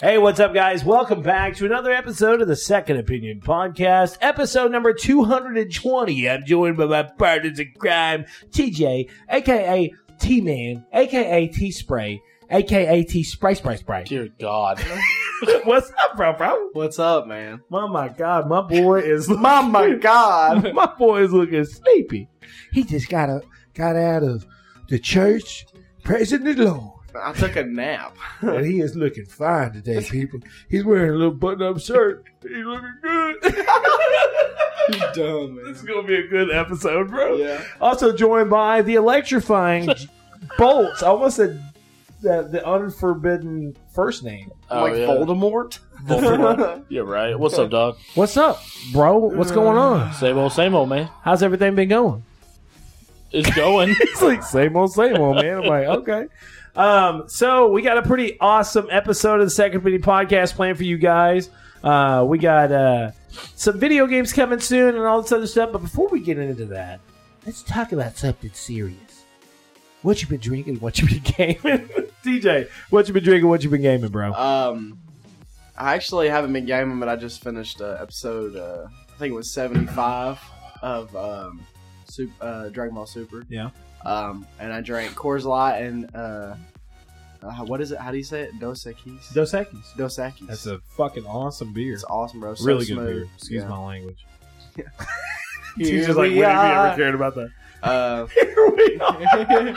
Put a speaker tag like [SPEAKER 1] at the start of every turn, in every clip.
[SPEAKER 1] Hey, what's up, guys? Welcome back to another episode of the Second Opinion Podcast, episode number 220. I'm joined by my partners in crime, TJ, aka T Man, aka T Spray, aka T Spray Spray Spray.
[SPEAKER 2] Dear God.
[SPEAKER 1] what's up, bro, bro?
[SPEAKER 2] What's up, man?
[SPEAKER 1] Oh my God, my boy is
[SPEAKER 2] Oh my God.
[SPEAKER 1] my boy is looking sleepy. He just got a, got out of the church praising the Lord.
[SPEAKER 2] I took a nap.
[SPEAKER 1] And he is looking fine today, people. He's wearing a little button-up shirt. He's looking good.
[SPEAKER 2] You dumb,
[SPEAKER 1] this is gonna be a good episode, bro.
[SPEAKER 2] Yeah.
[SPEAKER 1] Also joined by the electrifying bolts. I almost said the, the unforbidden first name.
[SPEAKER 2] like
[SPEAKER 3] Voldemort?
[SPEAKER 2] Voldemort.
[SPEAKER 3] Yeah, Oh, right. What's up, dog?
[SPEAKER 1] What's up, bro? What's going on?
[SPEAKER 3] Same old, same old, man.
[SPEAKER 1] How's everything been going?
[SPEAKER 3] It's going.
[SPEAKER 1] It's like same old, same old, man. I'm like, okay. Um, so we got a pretty awesome episode of the Second Opinion Podcast planned for you guys. Uh, we got uh, some video games coming soon and all this other stuff. But before we get into that, let's talk about something serious. What you been drinking? What you been gaming? DJ, what you been drinking? What you been gaming, bro?
[SPEAKER 2] Um, I actually haven't been gaming, but I just finished uh, episode, uh, I think it was 75 of um, Sup uh, Dragon Ball Super.
[SPEAKER 1] Yeah.
[SPEAKER 2] Um, and I drank Coors Light and, uh, uh, what is it? How do you say it? Dos Equis?
[SPEAKER 1] Dos Equis.
[SPEAKER 2] Dos Equis.
[SPEAKER 1] That's a fucking awesome beer.
[SPEAKER 2] it's awesome, bro. So
[SPEAKER 1] really
[SPEAKER 2] smooth.
[SPEAKER 1] good beer. Excuse
[SPEAKER 2] Yeah.
[SPEAKER 1] my language.
[SPEAKER 2] Here
[SPEAKER 1] She's just like,
[SPEAKER 2] we
[SPEAKER 1] when have you
[SPEAKER 2] are."
[SPEAKER 1] ever cared about that?
[SPEAKER 2] Uh,
[SPEAKER 1] Here we are.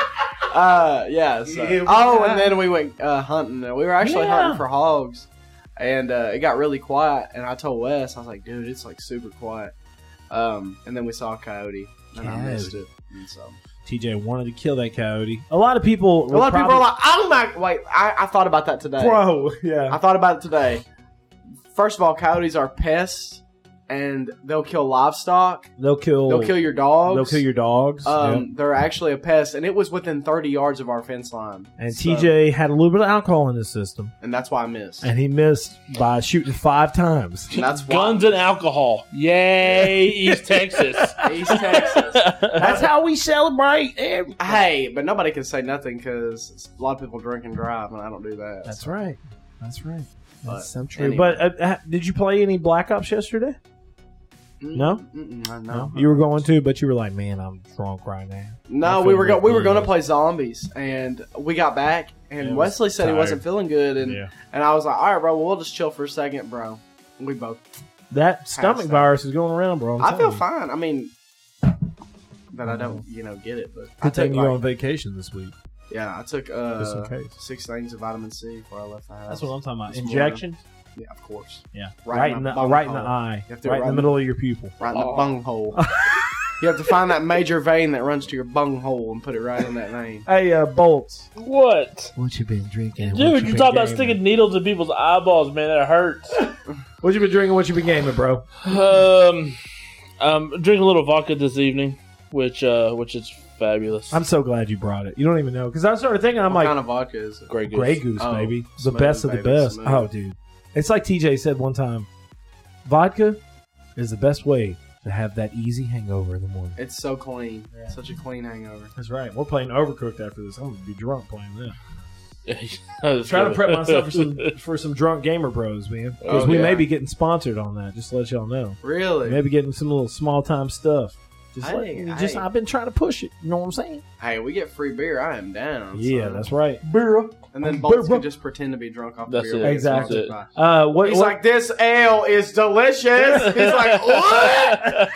[SPEAKER 2] uh, yeah. So.
[SPEAKER 1] Yeah, we
[SPEAKER 2] oh,
[SPEAKER 1] got-
[SPEAKER 2] and then we went uh, hunting. and We were actually
[SPEAKER 1] Yeah.
[SPEAKER 2] hunting for hogs, and uh, it got really quiet. And I told Wes, I was like, "Dude, it's like super quiet." Um, and then we saw a coyote, and I missed it. And so
[SPEAKER 1] TJ wanted to kill that coyote. A lot of people.
[SPEAKER 2] a lot of people are like, "Oh my!" Wait, I, I thought about that today.
[SPEAKER 1] "Bro, yeah,
[SPEAKER 2] I thought about it today. First of all, coyotes are pests, and they'll kill livestock.
[SPEAKER 1] they'll kill.
[SPEAKER 2] They'll kill your dogs.
[SPEAKER 1] Oh. They'll kill your dogs."
[SPEAKER 2] Um,
[SPEAKER 1] Yep.
[SPEAKER 2] they're actually a pest, and it was within 30 yards of our fence line.
[SPEAKER 1] And
[SPEAKER 2] So-
[SPEAKER 1] TJ had a little bit of alcohol in his system,
[SPEAKER 2] and that's why I missed.
[SPEAKER 1] and he missed by shooting five times.
[SPEAKER 2] And that's why
[SPEAKER 3] Guns and alcohol. Yay, East Texas.
[SPEAKER 2] East Texas.
[SPEAKER 1] That's how we celebrate. every-
[SPEAKER 2] hey, but nobody can say nothing because a lot of people drink and drive, and I don't do that.
[SPEAKER 1] That's right. That's right.
[SPEAKER 2] But
[SPEAKER 1] That's so true.
[SPEAKER 2] anyway.
[SPEAKER 1] But uh, uh, did you play any Black Ops yesterday?
[SPEAKER 2] Mm,
[SPEAKER 1] No?
[SPEAKER 2] mm, mm, no,
[SPEAKER 1] You were going to, but you were like, "Man, I'm drunk right now." I
[SPEAKER 2] No,
[SPEAKER 1] feel
[SPEAKER 2] we were go-
[SPEAKER 1] like
[SPEAKER 2] we were
[SPEAKER 1] we-
[SPEAKER 2] going to play zombies, and we got back, and
[SPEAKER 1] Yeah, I was
[SPEAKER 2] Wesley said
[SPEAKER 1] tired.
[SPEAKER 2] he wasn't feeling good, and and I was like, all right, bro, we'll just chill for a second, bro. We both.
[SPEAKER 1] That stomach
[SPEAKER 2] out.
[SPEAKER 1] virus is going around, bro. I'm
[SPEAKER 2] I
[SPEAKER 1] telling
[SPEAKER 2] feel
[SPEAKER 1] you.
[SPEAKER 2] fine. I mean, that I don't, you know, get it, but I
[SPEAKER 1] Good
[SPEAKER 2] took
[SPEAKER 1] thing you're on
[SPEAKER 2] like,
[SPEAKER 1] vacation this week,
[SPEAKER 2] yeah, I took
[SPEAKER 1] just in
[SPEAKER 2] uh,
[SPEAKER 1] case.
[SPEAKER 2] six things of vitamin C before I left the house.
[SPEAKER 1] That's what I'm talking about.
[SPEAKER 2] This
[SPEAKER 1] Injection.
[SPEAKER 2] yeah, of course,
[SPEAKER 1] Yeah, right,
[SPEAKER 2] Right in
[SPEAKER 1] in the
[SPEAKER 2] my
[SPEAKER 1] uh, right in the
[SPEAKER 2] bunghole.
[SPEAKER 1] eye,
[SPEAKER 2] You have to
[SPEAKER 1] right in the
[SPEAKER 2] run-
[SPEAKER 1] middle of your pupil.
[SPEAKER 2] right in the
[SPEAKER 3] Oh.
[SPEAKER 2] bunghole. you have to find that major vein that runs to your bunghole and put it right in that vein.
[SPEAKER 1] Hey, uh, bolts.
[SPEAKER 3] What?
[SPEAKER 1] What you been drinking?
[SPEAKER 3] Dude, you're talking about sticking needles in people's eyeballs, man. That hurts.
[SPEAKER 1] What you been drinking? What you been gaming, bro?
[SPEAKER 3] um, I'm drinking a little vodka this evening, which uh, which is fabulous.
[SPEAKER 1] I'm so glad you brought it. You don't even know because I started thinking. I'm
[SPEAKER 2] what
[SPEAKER 1] like
[SPEAKER 2] kind of vodka is it?
[SPEAKER 3] Grey Goose.
[SPEAKER 1] Grey Goose,
[SPEAKER 2] Oh,
[SPEAKER 1] baby, the
[SPEAKER 2] smooth,
[SPEAKER 1] best of the
[SPEAKER 2] baby,
[SPEAKER 1] best.
[SPEAKER 2] smooth.
[SPEAKER 1] Oh, dude, it's like TJ said one time. Vodka is the best way to have that easy hangover in the morning.
[SPEAKER 2] It's so clean.
[SPEAKER 1] Yeah.
[SPEAKER 2] Such a clean hangover.
[SPEAKER 1] That's right. We're playing Overcooked after this. I'm gonna be drunk playing this.
[SPEAKER 3] That's
[SPEAKER 1] Trying to
[SPEAKER 3] good.
[SPEAKER 1] prep myself for some for some drunk gamer bros, man. Because
[SPEAKER 2] Oh,
[SPEAKER 1] we may
[SPEAKER 2] yeah.
[SPEAKER 1] be getting sponsored on that. Just to let y'all know.
[SPEAKER 2] Really?
[SPEAKER 1] Maybe getting some little small time stuff. Just,
[SPEAKER 2] I
[SPEAKER 1] let-
[SPEAKER 2] ain't-
[SPEAKER 1] just
[SPEAKER 2] I ain't-
[SPEAKER 1] I've been trying to push it. You know what I'm saying?
[SPEAKER 2] Hey, we get free beer. I am down.
[SPEAKER 1] Yeah,
[SPEAKER 2] son.
[SPEAKER 1] that's right.
[SPEAKER 2] And then
[SPEAKER 1] Beer,
[SPEAKER 2] Bolts
[SPEAKER 1] bro.
[SPEAKER 2] can just pretend to be drunk off
[SPEAKER 3] That's
[SPEAKER 2] beer.
[SPEAKER 3] it.
[SPEAKER 2] when it's
[SPEAKER 1] Exactly.
[SPEAKER 2] sponsored by-
[SPEAKER 1] Uh, what,
[SPEAKER 2] He's
[SPEAKER 1] what-
[SPEAKER 2] like, this ale is delicious. He's like, what?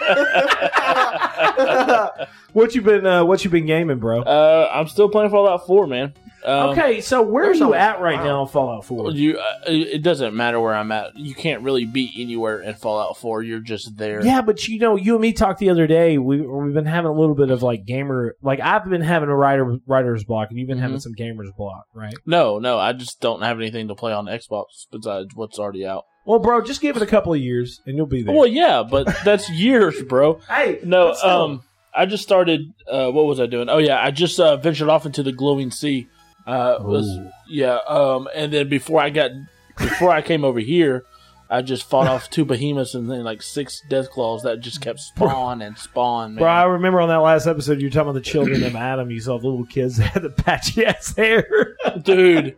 [SPEAKER 1] what you been uh, what you been gaming, bro?
[SPEAKER 3] uh, I'm still playing Fallout 4, man. Um,
[SPEAKER 1] okay, so where are
[SPEAKER 2] there's
[SPEAKER 1] you
[SPEAKER 2] a-
[SPEAKER 1] at right
[SPEAKER 2] wow.
[SPEAKER 1] now on Fallout Four?
[SPEAKER 3] You, uh, it doesn't matter where I'm at. You can't really be anywhere in Fallout 4. You're just there.
[SPEAKER 1] Yeah, but you know, you and me talked the other day. We we've been having a little bit of like gamer, like I've been having a writer writer's block, and you've been
[SPEAKER 2] Mm-hmm.
[SPEAKER 1] having some gamer's block, right?
[SPEAKER 3] No, no, I just don't have anything to play on Xbox besides what's already out.
[SPEAKER 1] Well, bro, just give it a couple of years, and you'll be there.
[SPEAKER 3] Well, yeah, but that's years, bro.
[SPEAKER 1] hey,
[SPEAKER 3] No,
[SPEAKER 1] but still.
[SPEAKER 3] um, I just started. Uh, what was I doing? Oh yeah, I just uh, ventured off into the glowing sea. Uh, was
[SPEAKER 1] Ooh.
[SPEAKER 3] yeah. Um, and then before I got, before I came over here, I just fought off two behemoths and then like six death claws that just kept spawn and spawn. Man.
[SPEAKER 1] Bro, I remember on that last episode you were talking about the children of Adam. You saw the little kids that had the patchy ass hair.
[SPEAKER 3] dude.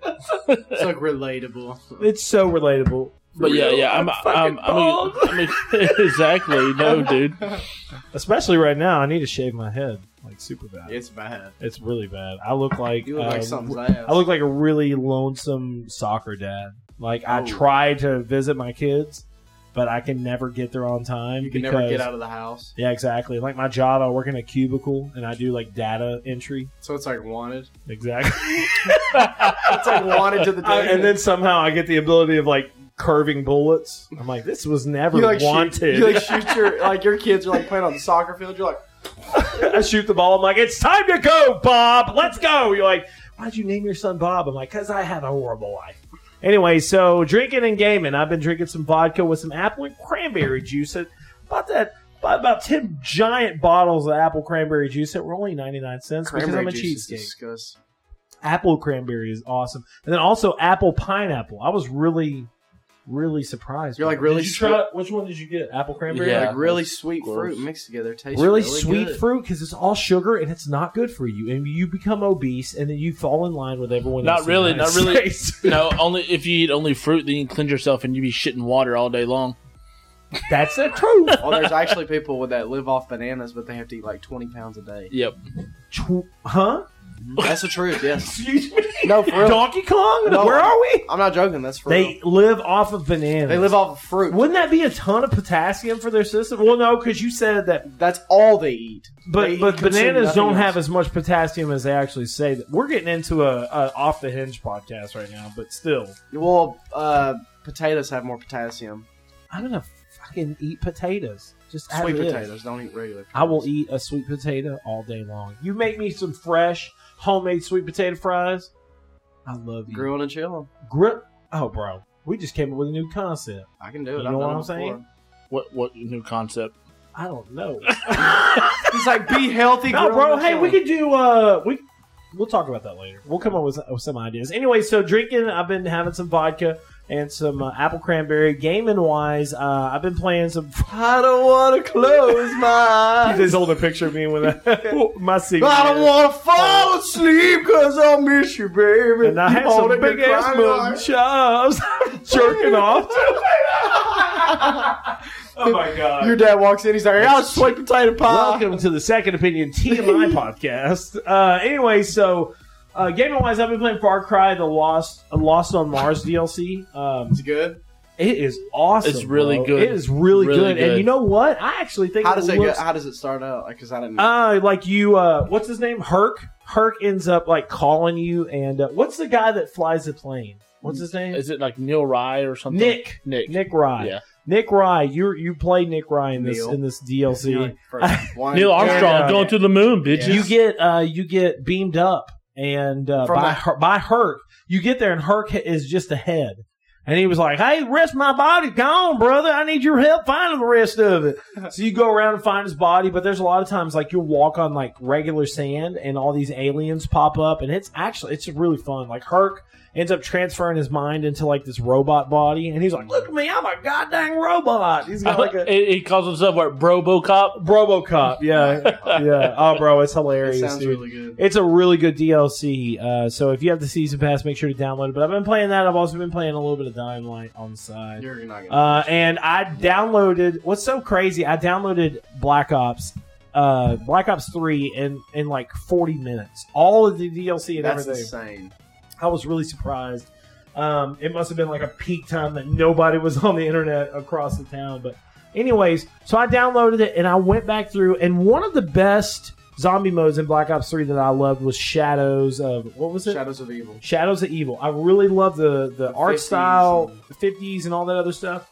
[SPEAKER 2] It's like relatable.
[SPEAKER 1] It's so relatable.
[SPEAKER 3] But yeah,
[SPEAKER 2] real,
[SPEAKER 3] yeah, I'm,
[SPEAKER 2] I'm
[SPEAKER 3] I'm, I'm,
[SPEAKER 2] fucking
[SPEAKER 3] I'm, exactly. No, dude.
[SPEAKER 1] Especially right now, I need to shave my head like super bad.
[SPEAKER 2] It's bad.
[SPEAKER 1] It's really bad. I look like,
[SPEAKER 2] You look like
[SPEAKER 1] uh,
[SPEAKER 2] something's ass.
[SPEAKER 1] I look like a really lonesome soccer dad. Like I
[SPEAKER 2] Oh.
[SPEAKER 1] try to visit my kids, but I can never get there on time.
[SPEAKER 2] you can
[SPEAKER 1] because,
[SPEAKER 2] never get out of the house.
[SPEAKER 1] Yeah, exactly. Like my job, I work in a cubicle and I do like data entry.
[SPEAKER 2] So it's like wanted.
[SPEAKER 1] Exactly.
[SPEAKER 2] It's like wanted to the
[SPEAKER 1] I-
[SPEAKER 2] day.
[SPEAKER 1] and then somehow I get the ability of like curving bullets. I'm like, this was never
[SPEAKER 2] you like
[SPEAKER 1] wanted.
[SPEAKER 2] Shoot, you like shoot your like your kids are like playing on the soccer field. You're like,
[SPEAKER 1] I shoot the ball. I'm like, it's time to go, Bob. Let's go. You're like, why'd you name your son Bob? I'm like, because I had a horrible life. Anyway, so drinking and gaming. I've been drinking some vodka with some apple and cranberry juice. And About that, about, about 10 giant bottles of apple cranberry juice that were only 99 cents
[SPEAKER 2] cranberry
[SPEAKER 1] because I'm a
[SPEAKER 2] juice
[SPEAKER 1] cheapskate.
[SPEAKER 2] is disgusting.
[SPEAKER 1] Apple cranberry is awesome. And then also apple pineapple. I was really, really surprised.
[SPEAKER 2] You're
[SPEAKER 1] by
[SPEAKER 2] like
[SPEAKER 1] it.
[SPEAKER 2] really
[SPEAKER 1] Did you try, which one did you get? Apple cranberry?
[SPEAKER 3] Yeah.
[SPEAKER 2] like really sweet
[SPEAKER 3] gross.
[SPEAKER 2] fruit mixed together. Tastes
[SPEAKER 1] really,
[SPEAKER 2] really,
[SPEAKER 1] sweet
[SPEAKER 2] good.
[SPEAKER 1] fruit because it's all sugar and it's not good for you. And you become obese and then you fall in line with everyone.
[SPEAKER 3] Not
[SPEAKER 1] else in the
[SPEAKER 3] really,
[SPEAKER 1] United
[SPEAKER 3] not really.
[SPEAKER 1] States.
[SPEAKER 3] No, only if you eat only fruit, then you can cleanse yourself and you be shitting water all day long.
[SPEAKER 1] That's the truth.
[SPEAKER 2] Well, there's actually people with that live off bananas, but they have to eat like 20 pounds a day.
[SPEAKER 3] Yep.
[SPEAKER 1] Tw- huh?
[SPEAKER 2] That's the truth. Yes.
[SPEAKER 1] Excuse me?
[SPEAKER 2] No, for real.
[SPEAKER 1] Donkey Kong?
[SPEAKER 2] No.
[SPEAKER 1] Where are we?
[SPEAKER 2] I'm not joking. That's for real.
[SPEAKER 1] They live off of bananas.
[SPEAKER 2] They live off of fruit.
[SPEAKER 1] Wouldn't that be a ton of potassium for their system? Well, no, because you said that.
[SPEAKER 2] That's all they eat.
[SPEAKER 1] But
[SPEAKER 2] They
[SPEAKER 1] but
[SPEAKER 2] consume
[SPEAKER 1] bananas
[SPEAKER 2] nothing
[SPEAKER 1] don't
[SPEAKER 2] else.
[SPEAKER 1] have as much potassium as they actually say. We're getting into a, a off the hinge podcast right now, but still,
[SPEAKER 2] Well, uh, potatoes have more potassium.
[SPEAKER 1] I'm gonna fucking eat potatoes. Just as
[SPEAKER 2] Sweet
[SPEAKER 1] it is.
[SPEAKER 2] potatoes. Don't eat regular.
[SPEAKER 1] I will eat a sweet potato all day long. You make me some fresh homemade sweet potato fries. I love you.
[SPEAKER 2] Grilling and chilling.
[SPEAKER 1] Grip. Oh, bro, we just came up with a new concept.
[SPEAKER 2] I can do it.
[SPEAKER 1] You
[SPEAKER 2] I've
[SPEAKER 1] know
[SPEAKER 2] done
[SPEAKER 1] what
[SPEAKER 2] it
[SPEAKER 1] I'm
[SPEAKER 2] before.
[SPEAKER 1] saying?
[SPEAKER 3] What what new concept?
[SPEAKER 1] I don't know.
[SPEAKER 2] He's like, be healthy,
[SPEAKER 1] no,
[SPEAKER 2] grilling
[SPEAKER 1] bro.
[SPEAKER 2] and
[SPEAKER 1] Hey, we
[SPEAKER 2] chilling.
[SPEAKER 1] could do. Uh, we we'll talk about that later. We'll come up with, with some ideas. Anyway, so drinking. I've been having some vodka and some uh, apple cranberry. Gaming wise, uh, I've been playing some.
[SPEAKER 2] I don't want to close my eyes.
[SPEAKER 1] Just hold a picture of me with a, my cigarette.
[SPEAKER 2] I don't want to fall asleep because I miss you, baby.
[SPEAKER 1] Oh. And I had some big ass moon shoves. I'm jerking off. oh my god.
[SPEAKER 2] Your dad walks in. He's like, "I sweet potato
[SPEAKER 3] Uh,
[SPEAKER 2] pie."
[SPEAKER 1] Welcome to the Second Opinion TMI podcast. Uh, anyway, so uh, gaming wise, I've been playing Far Cry the Lost uh, Lost on Mars DLC. Um,
[SPEAKER 2] It's good.
[SPEAKER 1] it is awesome.
[SPEAKER 3] It's really
[SPEAKER 1] bro.
[SPEAKER 3] good.
[SPEAKER 1] It is really,
[SPEAKER 3] Really
[SPEAKER 1] good. And
[SPEAKER 3] good.
[SPEAKER 1] you know what? I actually think
[SPEAKER 2] How does it
[SPEAKER 1] looks,
[SPEAKER 2] go? How does it start out? Because I didn't.
[SPEAKER 1] Uh, like you, uh, what's his name? Herc. Herc ends up like calling you, and uh, what's the guy that flies the plane? What's his name?
[SPEAKER 3] Is it like Neil Rye or something?
[SPEAKER 1] Nick.
[SPEAKER 3] Nick.
[SPEAKER 1] Nick Rye.
[SPEAKER 3] Yeah.
[SPEAKER 1] Nick Rye, you you play Nick Rye in this
[SPEAKER 2] Neil.
[SPEAKER 1] in this DLC.
[SPEAKER 2] You're like, first one-
[SPEAKER 3] Neil Armstrong
[SPEAKER 1] Yeah.
[SPEAKER 3] going to the moon, bitches.
[SPEAKER 1] You get uh you get beamed up and uh,
[SPEAKER 2] From
[SPEAKER 1] by
[SPEAKER 2] the-
[SPEAKER 1] Her- by Herc, you get there and Herc is just a head. And he was like, "Hey, the rest of my body gone, brother. I need your help finding the rest of it." so you go around and find his body, but there's a lot of times like you'll walk on like regular sand, and all these aliens pop up, and it's actually it's really fun. Like Herc ends up transferring his mind into like this robot body, and he's like, "Look at me, I'm a goddamn robot." He's got like a
[SPEAKER 3] he, he calls himself what? Brobocop.
[SPEAKER 1] RoboCop, yeah, yeah. Oh, bro, it's
[SPEAKER 2] It
[SPEAKER 1] hilarious.
[SPEAKER 2] sounds
[SPEAKER 1] dude.
[SPEAKER 2] really good.
[SPEAKER 1] It's a really good DLC. Uh, so if you have the season pass, make sure to download it. But I've been playing that. I've also been playing a little bit of Dying Light on the side.
[SPEAKER 2] You're not gonna.
[SPEAKER 1] Uh, and I downloaded. What's so crazy? I downloaded Black Ops, uh, Black Ops Three, in in like forty minutes. All of the DLC and
[SPEAKER 2] That's
[SPEAKER 1] everything.
[SPEAKER 2] insane.
[SPEAKER 1] I was really surprised. Um, it must have been like a peak time that nobody was on the internet across the town. But, anyways, so I downloaded it and I went back through. And one of the best zombie modes in Black Ops 3 that I loved was Shadows of what was it?
[SPEAKER 2] Shadows of Evil.
[SPEAKER 1] Shadows of Evil. I really love the, the, art
[SPEAKER 2] 50s
[SPEAKER 1] style,
[SPEAKER 2] and-
[SPEAKER 1] the 50s, and all that other stuff.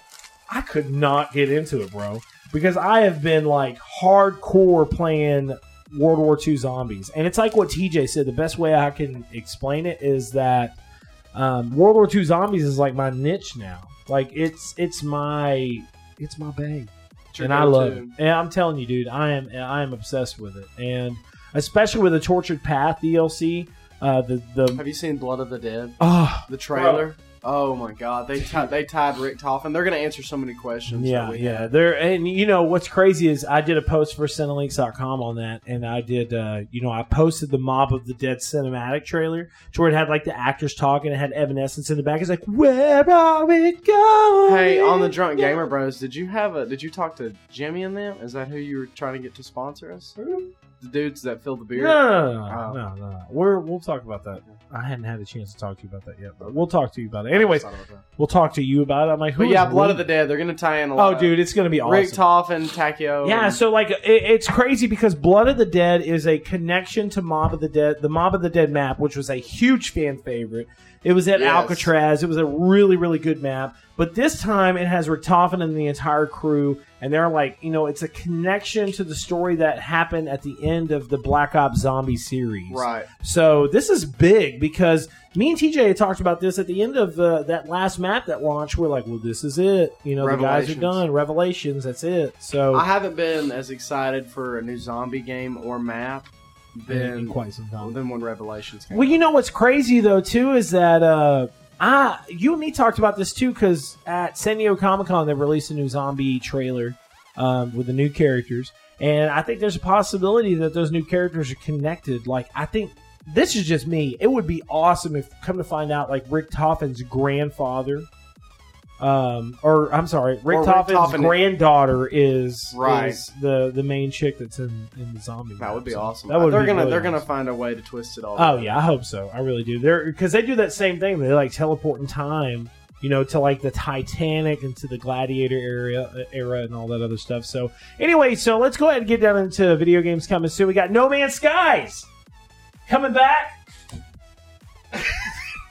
[SPEAKER 1] I could not get into it, bro, because I have been like hardcore playing World War II zombies. And it's like what TJ said the best way I can explain it is that um, World War II zombies is like my niche now. Like it's it's my it's my bang
[SPEAKER 2] It's your
[SPEAKER 1] and I
[SPEAKER 2] go-to.
[SPEAKER 1] love it. And I'm telling you, dude, I am I am obsessed with it, and especially with the Tortured Path DLC. Uh, the the
[SPEAKER 2] Have you seen Blood of the Dead?
[SPEAKER 1] oh,
[SPEAKER 2] The trailer. Oh my god, they ti- they tied Rick Toffin. They're gonna answer so many questions. that
[SPEAKER 1] Yeah,
[SPEAKER 2] we
[SPEAKER 1] yeah.
[SPEAKER 2] have.
[SPEAKER 1] There and you know what's crazy is I did a post for Cinelinks.com on that, and I did uh, you know I posted the Mob of the Dead cinematic trailer to where it had like the actors talking, it had Evanescence in the back. It's like, where are we going?
[SPEAKER 2] Hey, on the Drunk Gamer Bros, did you have a? Did you talk to Jimmy and them? Is that who you were trying to get to sponsor us? The dudes that fill the
[SPEAKER 1] No,
[SPEAKER 2] beer.
[SPEAKER 1] no, no, no,
[SPEAKER 2] Oh.
[SPEAKER 1] no, no, no. We're, we'll talk about that. I hadn't had a chance to talk to you about that yet, but we'll talk to you about it. Anyways, we'll talk to you about it. I'm like, who
[SPEAKER 2] but
[SPEAKER 1] is
[SPEAKER 2] yeah, Blood of the
[SPEAKER 1] Rick?
[SPEAKER 2] Dead. They're gonna tie in a lot.
[SPEAKER 1] Oh, dude, it's gonna be
[SPEAKER 2] of
[SPEAKER 1] awesome.
[SPEAKER 2] Rick Toffin, Takio.
[SPEAKER 1] Yeah,
[SPEAKER 2] and-
[SPEAKER 1] so like it, it's crazy because Blood of the Dead is a connection to Mob of the Dead, the Mob of the Dead map, which was a huge fan favorite. It was at
[SPEAKER 2] Yes.
[SPEAKER 1] Alcatraz. It was a really really good map, but this time it has Richtofen and the entire crew, and they're like, you know, it's a connection to the story that happened at the end of the Black Ops Zombie series.
[SPEAKER 2] right.
[SPEAKER 1] So this is big because me and TJ had talked about this at the end of uh, that last map that launched. We're like, well, this is it. You know, the guys are
[SPEAKER 2] Revelations.
[SPEAKER 1] done. Revelations. That's it. So
[SPEAKER 2] I haven't been as excited for a new zombie game or map
[SPEAKER 1] in
[SPEAKER 2] than
[SPEAKER 1] quite some time.
[SPEAKER 2] than when Revelations came.
[SPEAKER 1] Well, you know what's crazy though too is that uh, I you and me talked about this too because at San Diego Comic Con they released a new zombie trailer um, with the new characters, and I think there's a possibility that those new characters are connected. Like I think this is just me. It would be awesome if come to find out like Rick Toffin's grandfather. Um, or I'm sorry, Rick
[SPEAKER 2] Rick
[SPEAKER 1] Toffin's
[SPEAKER 2] Toffin-
[SPEAKER 1] granddaughter is,
[SPEAKER 2] Right.
[SPEAKER 1] is the the main chick that's in, in the zombie.
[SPEAKER 2] That
[SPEAKER 1] map.
[SPEAKER 2] would be
[SPEAKER 1] So
[SPEAKER 2] awesome.
[SPEAKER 1] That would
[SPEAKER 2] they're
[SPEAKER 1] be
[SPEAKER 2] gonna
[SPEAKER 1] really
[SPEAKER 2] they're
[SPEAKER 1] awesome.
[SPEAKER 2] gonna find a way to twist it all.
[SPEAKER 1] Oh
[SPEAKER 2] up.
[SPEAKER 1] yeah, I hope so. I really do. They're because they do that same thing. They like teleport in time, you know, to like the Titanic and to the Gladiator area uh, era and all that other stuff. So anyway, so let's go ahead and get down into video games coming soon. We got No Man's Skies coming back.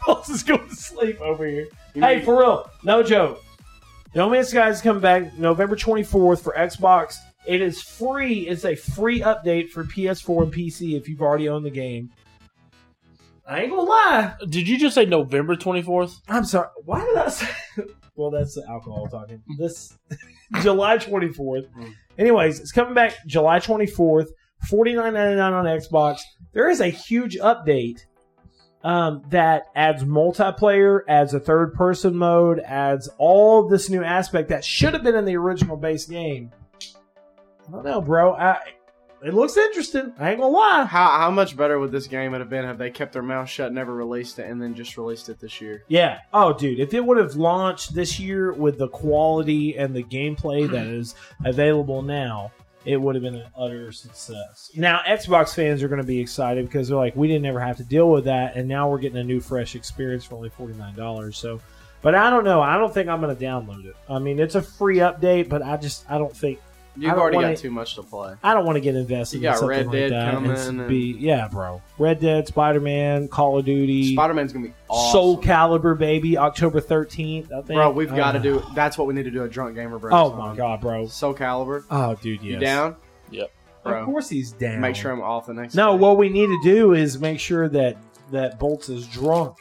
[SPEAKER 1] Paul's is going to sleep over here.
[SPEAKER 2] You
[SPEAKER 1] Hey,
[SPEAKER 2] need-
[SPEAKER 1] for real, no joke. No Man's Sky is coming back November 24th for Xbox. It is free. It's a free update for PS4 and PC if you've already owned the game. I ain't gonna lie.
[SPEAKER 3] Did you just say November 24th?
[SPEAKER 1] I'm sorry. Why did I say? well, that's the alcohol talking. This July 24th.
[SPEAKER 2] Mm.
[SPEAKER 1] Anyways, it's coming back July 24th. 49.99 on Xbox. There is a huge update um, that adds multiplayer, adds a third person mode, adds all of this new aspect that should have been in the original base game. I don't know, bro. I, it looks interesting. I ain't gonna lie.
[SPEAKER 2] How how much better would this game have been have they kept their mouth shut, never released it, and then just released it this year?
[SPEAKER 1] Yeah. Oh, dude, if it would have launched this year with the quality and the gameplay that is available now, it would have been an utter success. Now, Xbox fans are going to be excited because they're like, we didn't ever have to deal with that, and now we're getting a new, fresh experience for only forty nine dollars. So, but I don't know. I don't think I'm going to download it. I mean, it's a free update, but I just I don't think
[SPEAKER 2] You've
[SPEAKER 1] don't
[SPEAKER 2] already
[SPEAKER 1] wanna-
[SPEAKER 2] got too much to play.
[SPEAKER 1] I don't want to get invested.
[SPEAKER 2] You
[SPEAKER 1] in
[SPEAKER 2] got
[SPEAKER 1] something
[SPEAKER 2] Red
[SPEAKER 1] like
[SPEAKER 2] Dead
[SPEAKER 1] that and
[SPEAKER 2] coming and-
[SPEAKER 1] be- yeah, bro. Red Dead, Spider Man, Call of Duty,
[SPEAKER 2] Spider Man's gonna be awesome.
[SPEAKER 1] Soul Caliber, baby, October 13th. I think.
[SPEAKER 2] bro. We've
[SPEAKER 1] Uh,
[SPEAKER 2] got to do. That's what we need to do. A drunk gamer, bro.
[SPEAKER 1] Oh, my God, bro.
[SPEAKER 2] Soul Caliber.
[SPEAKER 1] Oh, dude, yes.
[SPEAKER 2] You down,
[SPEAKER 3] Yep.
[SPEAKER 1] Of
[SPEAKER 2] bro?
[SPEAKER 1] course he's down.
[SPEAKER 2] Make sure I'm off the next.
[SPEAKER 1] No,
[SPEAKER 2] day.
[SPEAKER 1] what we need to do is make sure that, that Bolts is drunk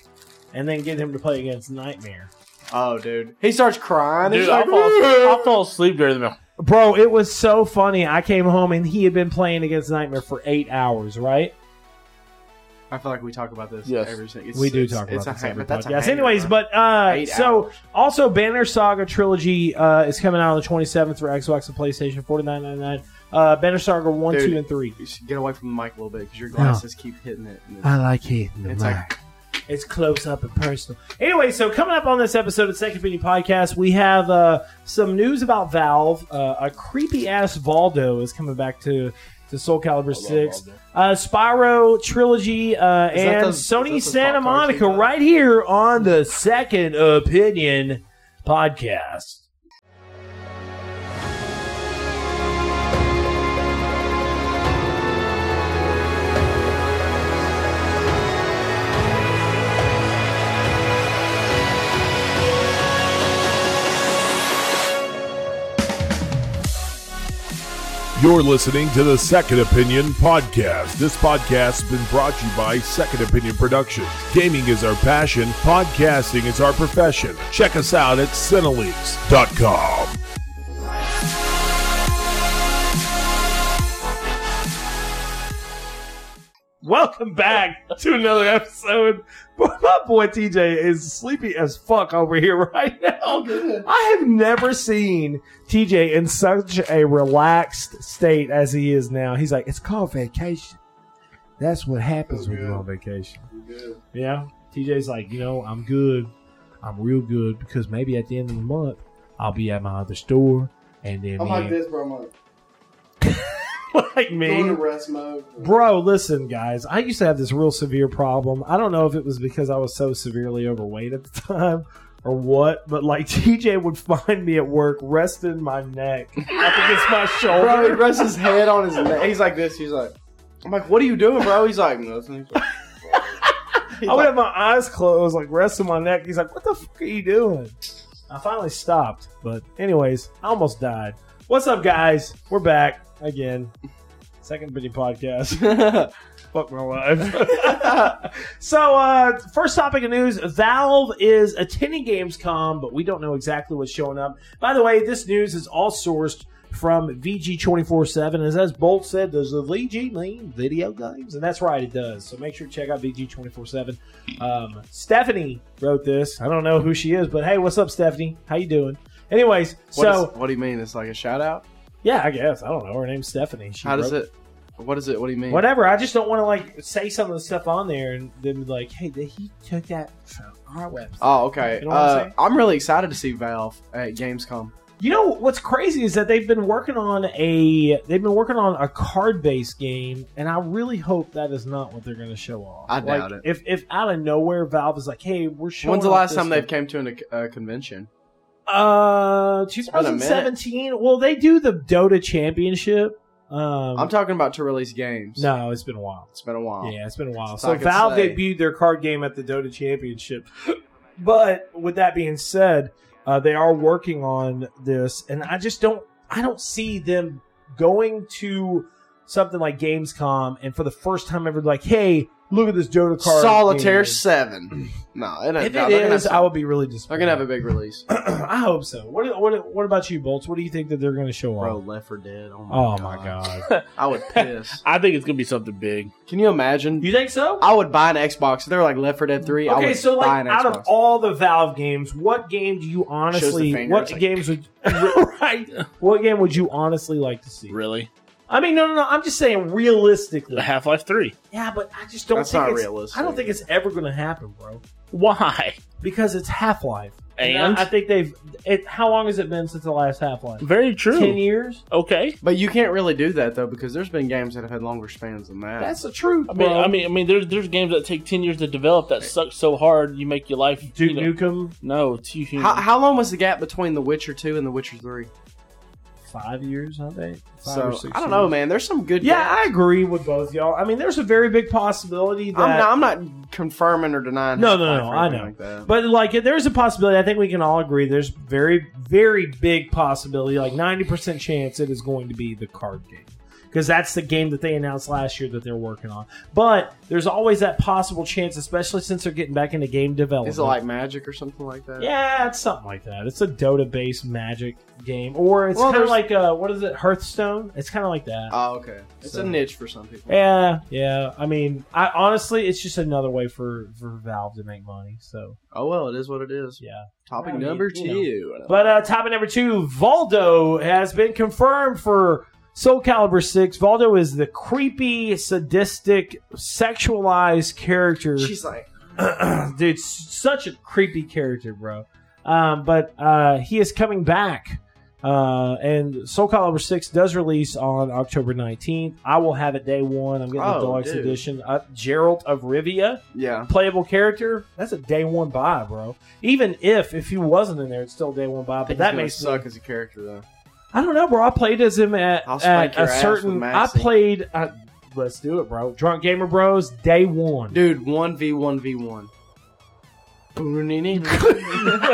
[SPEAKER 1] and then get him to play against Nightmare.
[SPEAKER 2] Oh, dude, he starts crying.
[SPEAKER 3] Dude,
[SPEAKER 2] He's
[SPEAKER 3] I'll
[SPEAKER 2] like,
[SPEAKER 3] fall, I'll fall asleep during the
[SPEAKER 1] Bro, it was so funny. I came home and he had been playing against Nightmare for eight hours, right?
[SPEAKER 2] I feel like we talk about this
[SPEAKER 3] Yes.
[SPEAKER 2] every single.
[SPEAKER 1] we do
[SPEAKER 2] it's-
[SPEAKER 1] talk
[SPEAKER 2] it's
[SPEAKER 1] about
[SPEAKER 2] a
[SPEAKER 1] this
[SPEAKER 2] ha-
[SPEAKER 1] every
[SPEAKER 2] but that's a
[SPEAKER 1] podcast.
[SPEAKER 2] hanger,
[SPEAKER 1] Anyways,
[SPEAKER 2] bro.
[SPEAKER 1] but uh,
[SPEAKER 2] Eight
[SPEAKER 1] so
[SPEAKER 2] hours.
[SPEAKER 1] also Banner Saga Trilogy uh, is coming out on the 27th for Xbox and PlayStation, 49.99. Uh, Banner Saga one,
[SPEAKER 2] Dude.
[SPEAKER 1] two, and three.
[SPEAKER 2] you should get away from the mic a little bit because your glasses keep hitting it. and it's-
[SPEAKER 1] I like hitting the
[SPEAKER 2] It's
[SPEAKER 1] mic.
[SPEAKER 2] like
[SPEAKER 1] It's close up and personal. Anyway, so coming up on this episode of Second Opinion Podcast, we have uh, some news about Valve. Uh, a creepy ass Valdo is coming back to to Soul Calibur Six. Uh, Spyro trilogy uh,
[SPEAKER 2] Is that
[SPEAKER 1] and
[SPEAKER 2] the- is that
[SPEAKER 1] Sony
[SPEAKER 2] the
[SPEAKER 1] Santa
[SPEAKER 2] Pop-Tarts
[SPEAKER 1] Monica
[SPEAKER 2] you got?
[SPEAKER 1] right here on the Second Opinion Podcast.
[SPEAKER 4] You're listening to the Second Opinion Podcast. This podcast has been brought to you by Second Opinion Productions. Gaming is our passion, podcasting is our profession. Check us out at Cineleaks.com.
[SPEAKER 1] Welcome back to another episode. My boy TJ is sleepy as fuck over here right now.
[SPEAKER 2] Oh, good.
[SPEAKER 1] I have never seen TJ in such a relaxed state as he is now. He's like, it's called vacation. That's what happens when you're on vacation. Yeah. TJ's like, you know, I'm good. I'm real good because maybe at the end of the month, I'll be at my other store. And then,
[SPEAKER 2] I'm
[SPEAKER 1] me
[SPEAKER 2] like this, bro. I'm like
[SPEAKER 1] and- like me.
[SPEAKER 2] going to rest mode.
[SPEAKER 1] Bro, listen, guys. I used to have this real severe problem. I don't know if it was because I was so severely overweight at the time or what, but like TJ would find me at work resting my neck up against my
[SPEAKER 2] Bro, he
[SPEAKER 1] shoulder.
[SPEAKER 2] rests his head on his neck. He's like this. He's like, I'm like, what are you doing, bro? He's like, nothing. He's
[SPEAKER 1] I would
[SPEAKER 2] like,
[SPEAKER 1] have my eyes closed, like resting my neck. He's like, "What the fuck are you doing?" I finally stopped, but anyways, I almost died. What's up, guys? We're back again. Second video podcast. fuck my life. so, uh, first topic of news Valve is attending Gamescom, but we don't know exactly what's showing up. By the way, this news is all sourced from VG247. As, as Bolt said, does the VG mean video games? And that's right, it does. So make sure to check out VG247. Um, Stephanie wrote this. I don't know who she is, but hey, what's up, Stephanie? How you doing? Anyways,
[SPEAKER 2] what,
[SPEAKER 1] so
[SPEAKER 2] is- what do you mean? It's like a shout out?
[SPEAKER 1] yeah, I guess I don't know. Her name's Stephanie. She
[SPEAKER 2] How does
[SPEAKER 1] wrote
[SPEAKER 2] it? What is it? What do you mean?
[SPEAKER 1] whatever. I just don't want to like say some of the stuff on there and then be like, hey, did he took that from our website.
[SPEAKER 2] Oh, okay.
[SPEAKER 1] You know what I'm
[SPEAKER 2] Uh,
[SPEAKER 1] saying?
[SPEAKER 2] I'm really excited to see Valve at Gamescom.
[SPEAKER 1] You know what's crazy is that they've been working on a they've been working on a card based game, and I really hope that is not what they're going to show off.
[SPEAKER 2] I
[SPEAKER 1] Like,
[SPEAKER 2] doubt it.
[SPEAKER 1] If if out of nowhere Valve is like, hey, we're showing.
[SPEAKER 2] When's the
[SPEAKER 1] off
[SPEAKER 2] last
[SPEAKER 1] this
[SPEAKER 2] time they've
[SPEAKER 1] thing.
[SPEAKER 2] came to an, a convention?
[SPEAKER 1] Uh,
[SPEAKER 2] been a minute.
[SPEAKER 1] 2017. Well, they do the Dota Championship. Um,
[SPEAKER 2] I'm talking about to release games.
[SPEAKER 1] no, it's been a while.
[SPEAKER 2] it's been a while.
[SPEAKER 1] Yeah, it's been a while.
[SPEAKER 2] That's
[SPEAKER 1] So
[SPEAKER 2] all I can
[SPEAKER 1] Valve
[SPEAKER 2] say.
[SPEAKER 1] debuted their card game at the Dota Championship. But with that being said, uh, they are working on this, and I just don't, I don't see them going to something like Gamescom and for the first time ever, like, hey, look at this Dota card.
[SPEAKER 2] Solitaire
[SPEAKER 1] game.
[SPEAKER 2] Seven. No, it ain't-
[SPEAKER 1] If
[SPEAKER 2] no,
[SPEAKER 1] it
[SPEAKER 2] they're gonna
[SPEAKER 1] is,
[SPEAKER 2] have
[SPEAKER 1] I would be really disappointed.
[SPEAKER 2] they're gonna have a big release.
[SPEAKER 1] I hope so. What, what, what about you, Bolts? What do you think that they're going to show
[SPEAKER 2] Bro,
[SPEAKER 1] off?
[SPEAKER 2] Left 4 Dead. Oh my,
[SPEAKER 1] Oh
[SPEAKER 2] god.
[SPEAKER 1] my god!
[SPEAKER 2] I would piss.
[SPEAKER 3] I think it's gonna be something big.
[SPEAKER 2] Can you imagine?
[SPEAKER 1] you think so?
[SPEAKER 2] I would buy an Xbox. If they were like Left 4 Dead 3, I
[SPEAKER 1] Okay,
[SPEAKER 2] would
[SPEAKER 1] so
[SPEAKER 2] buy
[SPEAKER 1] like
[SPEAKER 2] an
[SPEAKER 1] out
[SPEAKER 2] Xbox.
[SPEAKER 1] of all the Valve games, what game do you honestly?
[SPEAKER 2] finger,
[SPEAKER 1] What
[SPEAKER 2] it's like-
[SPEAKER 1] games would right? What game would you honestly like to see?
[SPEAKER 3] Really,
[SPEAKER 1] I mean, no, no, no. I'm just saying realistically.
[SPEAKER 3] Half Life Three.
[SPEAKER 1] Yeah, but I just don't
[SPEAKER 2] That's
[SPEAKER 1] think
[SPEAKER 2] not
[SPEAKER 1] it's,
[SPEAKER 2] realistic.
[SPEAKER 1] I don't think it's ever going to happen, bro.
[SPEAKER 3] Why?
[SPEAKER 1] Because it's Half Life,
[SPEAKER 3] And
[SPEAKER 1] I, I think they've. It, how long has it been since the last Half Life?
[SPEAKER 3] very true.
[SPEAKER 1] Ten years.
[SPEAKER 3] Okay.
[SPEAKER 2] but you can't really do that though because there's been games that have had longer spans than that.
[SPEAKER 1] That's the truth,
[SPEAKER 3] I mean,
[SPEAKER 1] bro.
[SPEAKER 3] I mean, I mean, there's there's games that take ten years to develop that suck so hard you make your life.
[SPEAKER 1] Duke
[SPEAKER 3] you know-
[SPEAKER 1] Nukem
[SPEAKER 3] no, it's too human.
[SPEAKER 2] how, how long was the gap between The Witcher 2 and The Witcher 3?
[SPEAKER 1] five years, I think. Five or
[SPEAKER 2] So
[SPEAKER 1] six
[SPEAKER 2] I don't
[SPEAKER 1] years.
[SPEAKER 2] know, man. There's some good.
[SPEAKER 1] Yeah,
[SPEAKER 2] games.
[SPEAKER 1] I agree with both y'all. I mean, there's a very big possibility that
[SPEAKER 2] I'm not, I'm not confirming or denying.
[SPEAKER 1] No,
[SPEAKER 2] Half-Life
[SPEAKER 1] no, no,
[SPEAKER 2] or
[SPEAKER 1] I
[SPEAKER 2] anything
[SPEAKER 1] know.
[SPEAKER 2] Like that.
[SPEAKER 1] But like, there's a possibility. I think we can all agree. There's very, very big possibility, like ninety percent chance it is going to be the card game because that's the game that they announced last year that they're working on. But there's always that possible chance, especially since they're getting back into game development.
[SPEAKER 2] Is it like Magic or something like that?
[SPEAKER 1] yeah, it's something like that. It's a Dota-based Magic game, or it's
[SPEAKER 2] Well,
[SPEAKER 1] kind of
[SPEAKER 2] there's-
[SPEAKER 1] like uh, what is it, Hearthstone? It's kind of like that.
[SPEAKER 2] Oh, okay. It's
[SPEAKER 1] So-
[SPEAKER 2] a niche for some people.
[SPEAKER 1] yeah, yeah. I mean, I honestly, it's just another way for for Valve to make money. So
[SPEAKER 2] Oh well, it is what it is.
[SPEAKER 1] yeah.
[SPEAKER 2] Topic
[SPEAKER 1] I mean,
[SPEAKER 2] number
[SPEAKER 1] you
[SPEAKER 2] two.
[SPEAKER 1] But uh, topic number two, Valdo has been confirmed for Soul Calibur Six. Valdo is the creepy, sadistic, sexualized character.
[SPEAKER 2] she's like,
[SPEAKER 1] Dude, s- such a creepy character, bro. Um, but uh, he is coming back. Uh, and Soul Calibur 6 does release on October 19th. I will have it day one. I'm getting
[SPEAKER 2] Oh,
[SPEAKER 1] the deluxe
[SPEAKER 2] dude.
[SPEAKER 1] edition. Uh, Gerald of Rivia
[SPEAKER 2] yeah.
[SPEAKER 1] playable character, that's a day one buy, bro. Even if if he wasn't in there, it's still day one buy. But that
[SPEAKER 2] may
[SPEAKER 1] makes
[SPEAKER 2] suck as a character though.
[SPEAKER 1] I don't know, bro. I played as him at,
[SPEAKER 2] I'll
[SPEAKER 1] at
[SPEAKER 2] spank your
[SPEAKER 1] a
[SPEAKER 2] ass
[SPEAKER 1] certain.
[SPEAKER 2] with
[SPEAKER 1] I
[SPEAKER 2] Maxie.
[SPEAKER 1] played. Uh, let's do it, bro. Drunk gamer bros, day one.
[SPEAKER 2] Dude, one v one v one.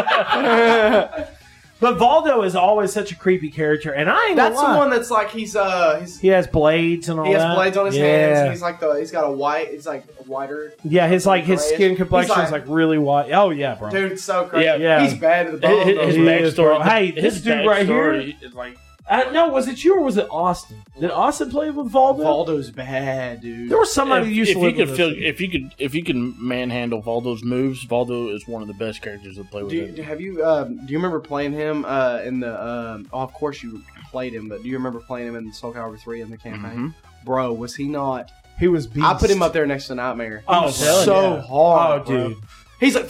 [SPEAKER 1] but Valdo is always such a creepy character, and I ain't
[SPEAKER 2] That's the
[SPEAKER 1] gonna lie.
[SPEAKER 2] one that's like he's uh he's,
[SPEAKER 1] He has blades and all
[SPEAKER 2] he has
[SPEAKER 1] that.
[SPEAKER 2] blades on his
[SPEAKER 1] yeah.
[SPEAKER 2] hands. And he's like the he's got a white. He's like whiter.
[SPEAKER 1] yeah, his like his
[SPEAKER 2] Grayish.
[SPEAKER 1] skin
[SPEAKER 2] He's
[SPEAKER 1] complexion is like
[SPEAKER 2] like-
[SPEAKER 1] really white. Oh yeah, bro.
[SPEAKER 2] Dude, it's so crazy.
[SPEAKER 3] Yeah.
[SPEAKER 1] Yeah.
[SPEAKER 2] he's bad to the bone.
[SPEAKER 3] his, his
[SPEAKER 1] He
[SPEAKER 2] though.
[SPEAKER 1] is, bro.
[SPEAKER 3] backstory.
[SPEAKER 1] Hey, this dude right here-
[SPEAKER 3] is like
[SPEAKER 1] Uh, no, was it you or was it Austin? Did Austin play with Valdo?
[SPEAKER 2] Valdo's bad, dude.
[SPEAKER 1] There was somebody who
[SPEAKER 3] if,
[SPEAKER 1] used
[SPEAKER 3] if
[SPEAKER 1] to
[SPEAKER 3] you
[SPEAKER 1] live
[SPEAKER 3] could
[SPEAKER 1] with
[SPEAKER 3] feel,
[SPEAKER 1] us.
[SPEAKER 3] if you could, if you can manhandle Valdo's moves, Valdo is one of the best characters to play with.
[SPEAKER 2] Do you,
[SPEAKER 3] it.
[SPEAKER 2] do- have you um, do you remember playing him uh, in the? Um, oh, of course you played him, but do you remember playing him in Soul Calibur three in the campaign? Bro, was he not?
[SPEAKER 1] He was beast.
[SPEAKER 2] I put him up there next to Nightmare.
[SPEAKER 1] Oh,
[SPEAKER 2] He was
[SPEAKER 1] hell
[SPEAKER 2] so
[SPEAKER 1] yeah.
[SPEAKER 2] hard,
[SPEAKER 1] oh,
[SPEAKER 2] bro.
[SPEAKER 1] dude.
[SPEAKER 2] He's like,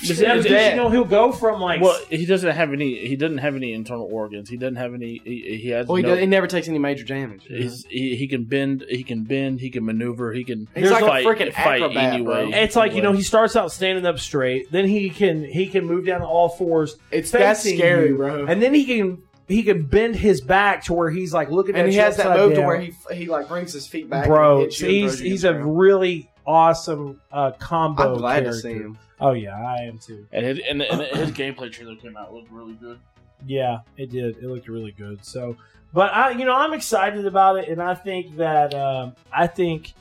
[SPEAKER 3] Is
[SPEAKER 1] Yeah,
[SPEAKER 3] that-
[SPEAKER 1] but
[SPEAKER 3] is
[SPEAKER 1] did
[SPEAKER 2] that-
[SPEAKER 1] you know he'll go from like?
[SPEAKER 3] Well, he doesn't have any. He doesn't have any internal organs. He doesn't have any. He, he has.
[SPEAKER 2] well, he,
[SPEAKER 3] no-
[SPEAKER 2] does, he never takes any major damage.
[SPEAKER 3] he's- he, he can bend. He can bend. He can maneuver. He can.
[SPEAKER 2] He's like a
[SPEAKER 3] fight,
[SPEAKER 2] freaking
[SPEAKER 3] fight
[SPEAKER 2] acrobat,
[SPEAKER 3] any
[SPEAKER 2] bro.
[SPEAKER 3] way.
[SPEAKER 1] it's like you know
[SPEAKER 3] way.
[SPEAKER 1] he starts out standing up straight, then he can he can move down to all fours,
[SPEAKER 2] It's that's
[SPEAKER 1] facing
[SPEAKER 2] scary,
[SPEAKER 1] you,
[SPEAKER 2] bro. And,
[SPEAKER 1] and then he can he can bend his back to where he's like looking at
[SPEAKER 2] he
[SPEAKER 1] you
[SPEAKER 2] has that
[SPEAKER 1] upside
[SPEAKER 2] move to
[SPEAKER 1] down.
[SPEAKER 2] where he he like brings his feet back. and
[SPEAKER 1] bro,
[SPEAKER 2] hits you and
[SPEAKER 1] he's
[SPEAKER 2] throws you
[SPEAKER 1] he's a
[SPEAKER 2] against the ground.
[SPEAKER 1] really awesome uh, combo.
[SPEAKER 2] I'm glad to
[SPEAKER 1] character.
[SPEAKER 2] see him.
[SPEAKER 1] Oh yeah, I am too.
[SPEAKER 3] And his, and, and his gameplay trailer came out. It looked really good.
[SPEAKER 1] Yeah, it did. It looked really good. So, but I, you know, I'm excited about it, and I think that um, I think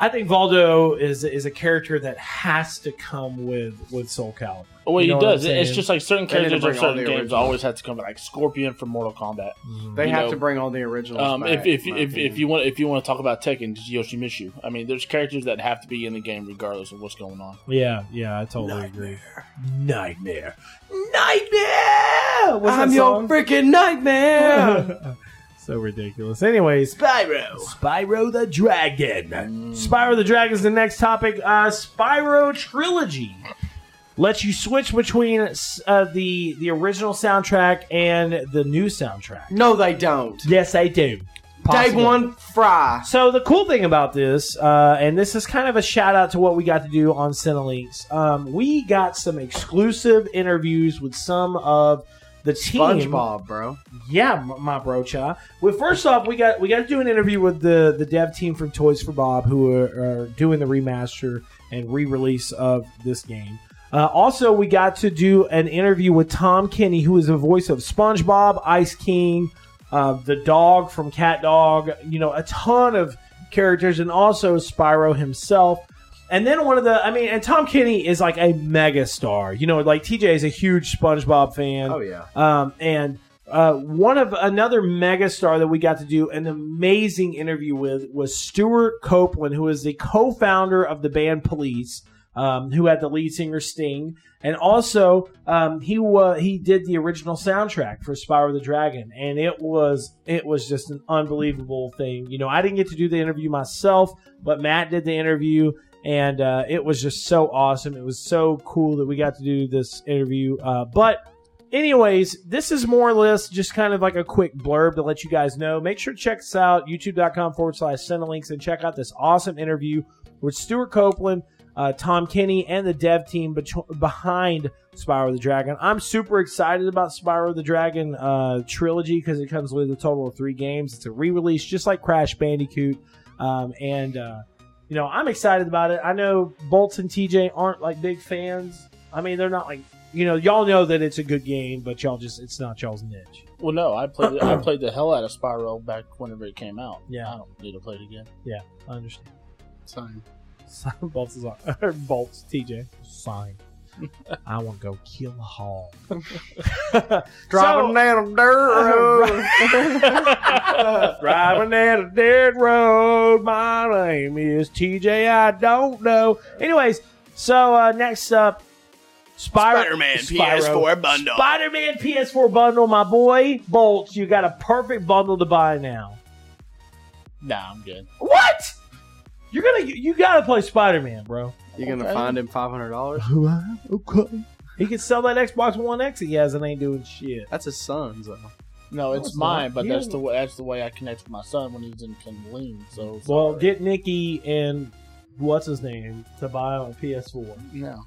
[SPEAKER 1] I think Valdo is is a character that has to come with with Soul Calibur.
[SPEAKER 3] Well,
[SPEAKER 1] You know
[SPEAKER 3] he
[SPEAKER 1] what
[SPEAKER 3] does.
[SPEAKER 1] I'm
[SPEAKER 3] It's
[SPEAKER 1] saying?
[SPEAKER 3] just like certain
[SPEAKER 2] They need to
[SPEAKER 3] characters
[SPEAKER 2] bring
[SPEAKER 3] in
[SPEAKER 2] all
[SPEAKER 3] certain
[SPEAKER 2] the
[SPEAKER 3] games
[SPEAKER 2] original.
[SPEAKER 3] always have to come back. Like Scorpion from Mortal Kombat.
[SPEAKER 2] They
[SPEAKER 3] You
[SPEAKER 2] have
[SPEAKER 3] know,
[SPEAKER 2] to bring all the originals.
[SPEAKER 3] Um,
[SPEAKER 2] back,
[SPEAKER 3] if if,
[SPEAKER 2] in my
[SPEAKER 3] if,
[SPEAKER 2] opinion.
[SPEAKER 3] if you want if you want to talk about Tekken, just Yoshimitsu. I mean, there's characters that have to be in the game regardless of what's going on.
[SPEAKER 1] Yeah, yeah, I totally agree. Nightmare, nightmare. What's that song?
[SPEAKER 2] freaking nightmare,
[SPEAKER 1] so ridiculous. Anyways,
[SPEAKER 2] Spyro. Mm.
[SPEAKER 1] Spyro the Dragon. Spyro the Dragon is the next topic. Uh, Spyro trilogy lets you switch between uh, the the original soundtrack and the new soundtrack.
[SPEAKER 2] No, they don't.
[SPEAKER 1] Yes, I do. Possible.
[SPEAKER 2] Day one, Fry.
[SPEAKER 1] So the cool thing about this, uh, and this is kind of a shout out to what we got to do on Cinelinks. Um, we got some exclusive interviews with some of the team.
[SPEAKER 2] SpongeBob, bro.
[SPEAKER 1] Yeah, m- my bro, cha. Well, first off, we got we got to do an interview with the the dev team from Toys for Bob, who are, are doing the remaster and re release of this game. Uh, also, we got to do an interview with Tom Kenny, who is the voice of SpongeBob, Ice King, uh, the dog from Cat Dog. You know, a ton of characters, and also Spyro himself. And then one of the, I mean, and Tom Kenny is like a mega star. You know, like TJ is a huge SpongeBob fan.
[SPEAKER 2] Oh yeah.
[SPEAKER 1] Um, and uh, one of another megastar that we got to do an amazing interview with was Stuart Copeland, who is the co-founder of the band Police, um, who had the lead singer Sting, and also um, he wa- he did the original soundtrack for Spyro the Dragon, and it was it was just an unbelievable thing. You know, I didn't get to do the interview myself, but Matt did the interview. And uh, it was just so awesome. It was so cool that we got to do this interview. Uh, but anyways, this is more or less just kind of like a quick blurb to let you guys know. Make sure to check us out, youtube.com forward slash Cinelinks, and check out this awesome interview with Stuart Copeland, uh, Tom Kenny, and the dev team bet- behind Spyro the Dragon. I'm super excited about Spyro the Dragon uh, trilogy because it comes with a total of three games. It's a re release, just like Crash Bandicoot. Um, and, uh, you know, I'm excited about it. I know Bolts and TJ aren't like big fans. I mean, they're not like you know, y'all know that it's a good game, but y'all just it's not y'all's niche.
[SPEAKER 3] Well, no, I played I played the hell out of Spyro back whenever it came out.
[SPEAKER 1] Yeah.
[SPEAKER 3] I don't need to play it again.
[SPEAKER 1] I understand.
[SPEAKER 2] Same.
[SPEAKER 1] Sign bolts is on. bolts TJ. Sign. I want to go kill a hog.
[SPEAKER 2] Driving down a dirt road.
[SPEAKER 1] Driving down a dead road. My name is TJ. I don't know. Anyways, so uh, next up, Spyro,
[SPEAKER 2] Spider-Man
[SPEAKER 1] Spyro.
[SPEAKER 2] PS4 bundle.
[SPEAKER 1] Spider-Man PS4 bundle. My boy Bolt, you got a perfect bundle to buy now.
[SPEAKER 3] Nah, I'm good.
[SPEAKER 1] What? You're gonna you gotta play Spider Man, bro.
[SPEAKER 2] You're gonna
[SPEAKER 3] Okay.
[SPEAKER 2] find him five hundred dollars.
[SPEAKER 1] okay. He can sell that Xbox One X he has and ain't doing shit.
[SPEAKER 2] That's his son's. Though.
[SPEAKER 3] No, it's
[SPEAKER 1] it's
[SPEAKER 3] mine,
[SPEAKER 1] not.
[SPEAKER 3] but
[SPEAKER 1] Yeah.
[SPEAKER 3] that's the way that's the way I connect with my son when he was in Kundalini. So it's
[SPEAKER 1] Well,
[SPEAKER 3] alright.
[SPEAKER 1] get Nikki and what's his name to buy on PS4.
[SPEAKER 3] no.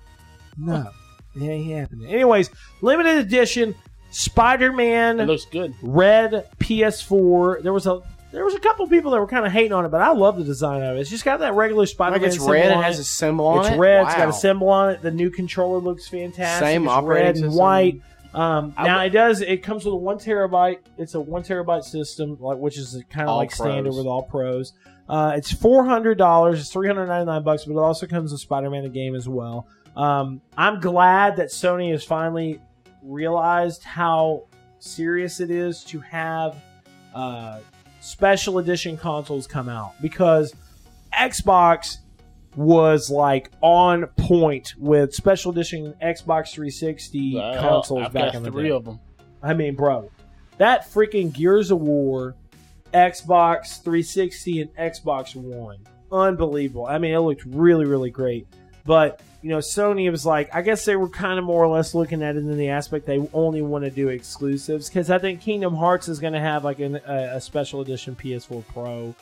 [SPEAKER 1] No, it ain't happening. Anyways, limited edition Spider
[SPEAKER 3] It
[SPEAKER 1] Man
[SPEAKER 3] looks good.
[SPEAKER 1] Red PS4. There was a there was a couple people that were kind of hating on it, but I love the design of it. It's just got that regular Spider
[SPEAKER 2] Like
[SPEAKER 1] Man.
[SPEAKER 2] it's red. It has a symbol on
[SPEAKER 1] it's
[SPEAKER 2] it.
[SPEAKER 1] red. It's got
[SPEAKER 2] Wow.
[SPEAKER 1] a symbol on it. The new controller looks fantastic.
[SPEAKER 2] Same
[SPEAKER 1] it's
[SPEAKER 2] operating
[SPEAKER 1] red and
[SPEAKER 2] system.
[SPEAKER 1] white. Um,
[SPEAKER 2] I
[SPEAKER 1] now it does. It comes with a one terabyte. It's a one terabyte system, like which is kind of
[SPEAKER 2] All
[SPEAKER 1] like standard
[SPEAKER 2] pros.
[SPEAKER 1] with all pros. Uh, it's four hundred dollars. It's three hundred ninety nine bucks, but it also comes with Spider Man the game as well. Um, I'm glad that Sony has finally realized how serious it is to have uh, special edition consoles come out because Xbox was like on point with special edition Xbox 360
[SPEAKER 3] Uh,
[SPEAKER 1] E consoles
[SPEAKER 3] I've
[SPEAKER 1] back
[SPEAKER 3] got
[SPEAKER 1] in the
[SPEAKER 3] three
[SPEAKER 1] day.
[SPEAKER 3] of them.
[SPEAKER 1] I mean, bro, that freaking Gears of War, Xbox 360 and Xbox One, unbelievable. I mean, it looked really, really great. But you know, Sony was like, I guess they were kind of more or less looking at it in the aspect they only want to do exclusives because I think Kingdom Hearts is going to have like an, a, a special edition PS4 Pro.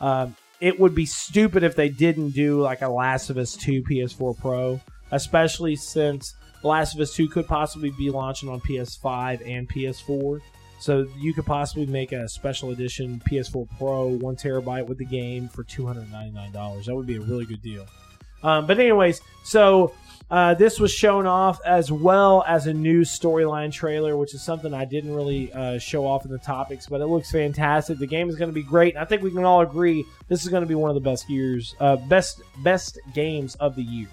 [SPEAKER 1] Um, it would be stupid if they didn't do like a Last of Us 2 PS4 Pro, especially since the Last of Us 2 could possibly be launching on PS5 and PS4. So you could possibly make a special edition PS4 Pro, one terabyte with the game for $299. That would be a really good deal. Um, but, anyways, so uh, this was shown off as well as a new storyline trailer, which is something I didn't really uh, show off in the topics, but it looks fantastic. The game is going to be great. and I think we can all agree this is going to be one of the best years, uh, best best games of the year.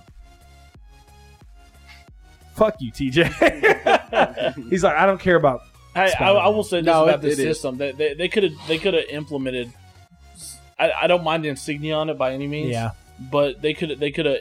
[SPEAKER 1] Fuck you, TJ. He's like, I don't care about.
[SPEAKER 3] I, I, I will say this
[SPEAKER 2] No,
[SPEAKER 3] about
[SPEAKER 2] it-
[SPEAKER 3] this
[SPEAKER 2] it is.
[SPEAKER 3] system: that they could have they could have implemented. I, I don't mind the insignia on it by any means.
[SPEAKER 1] Yeah,
[SPEAKER 3] but they could they could have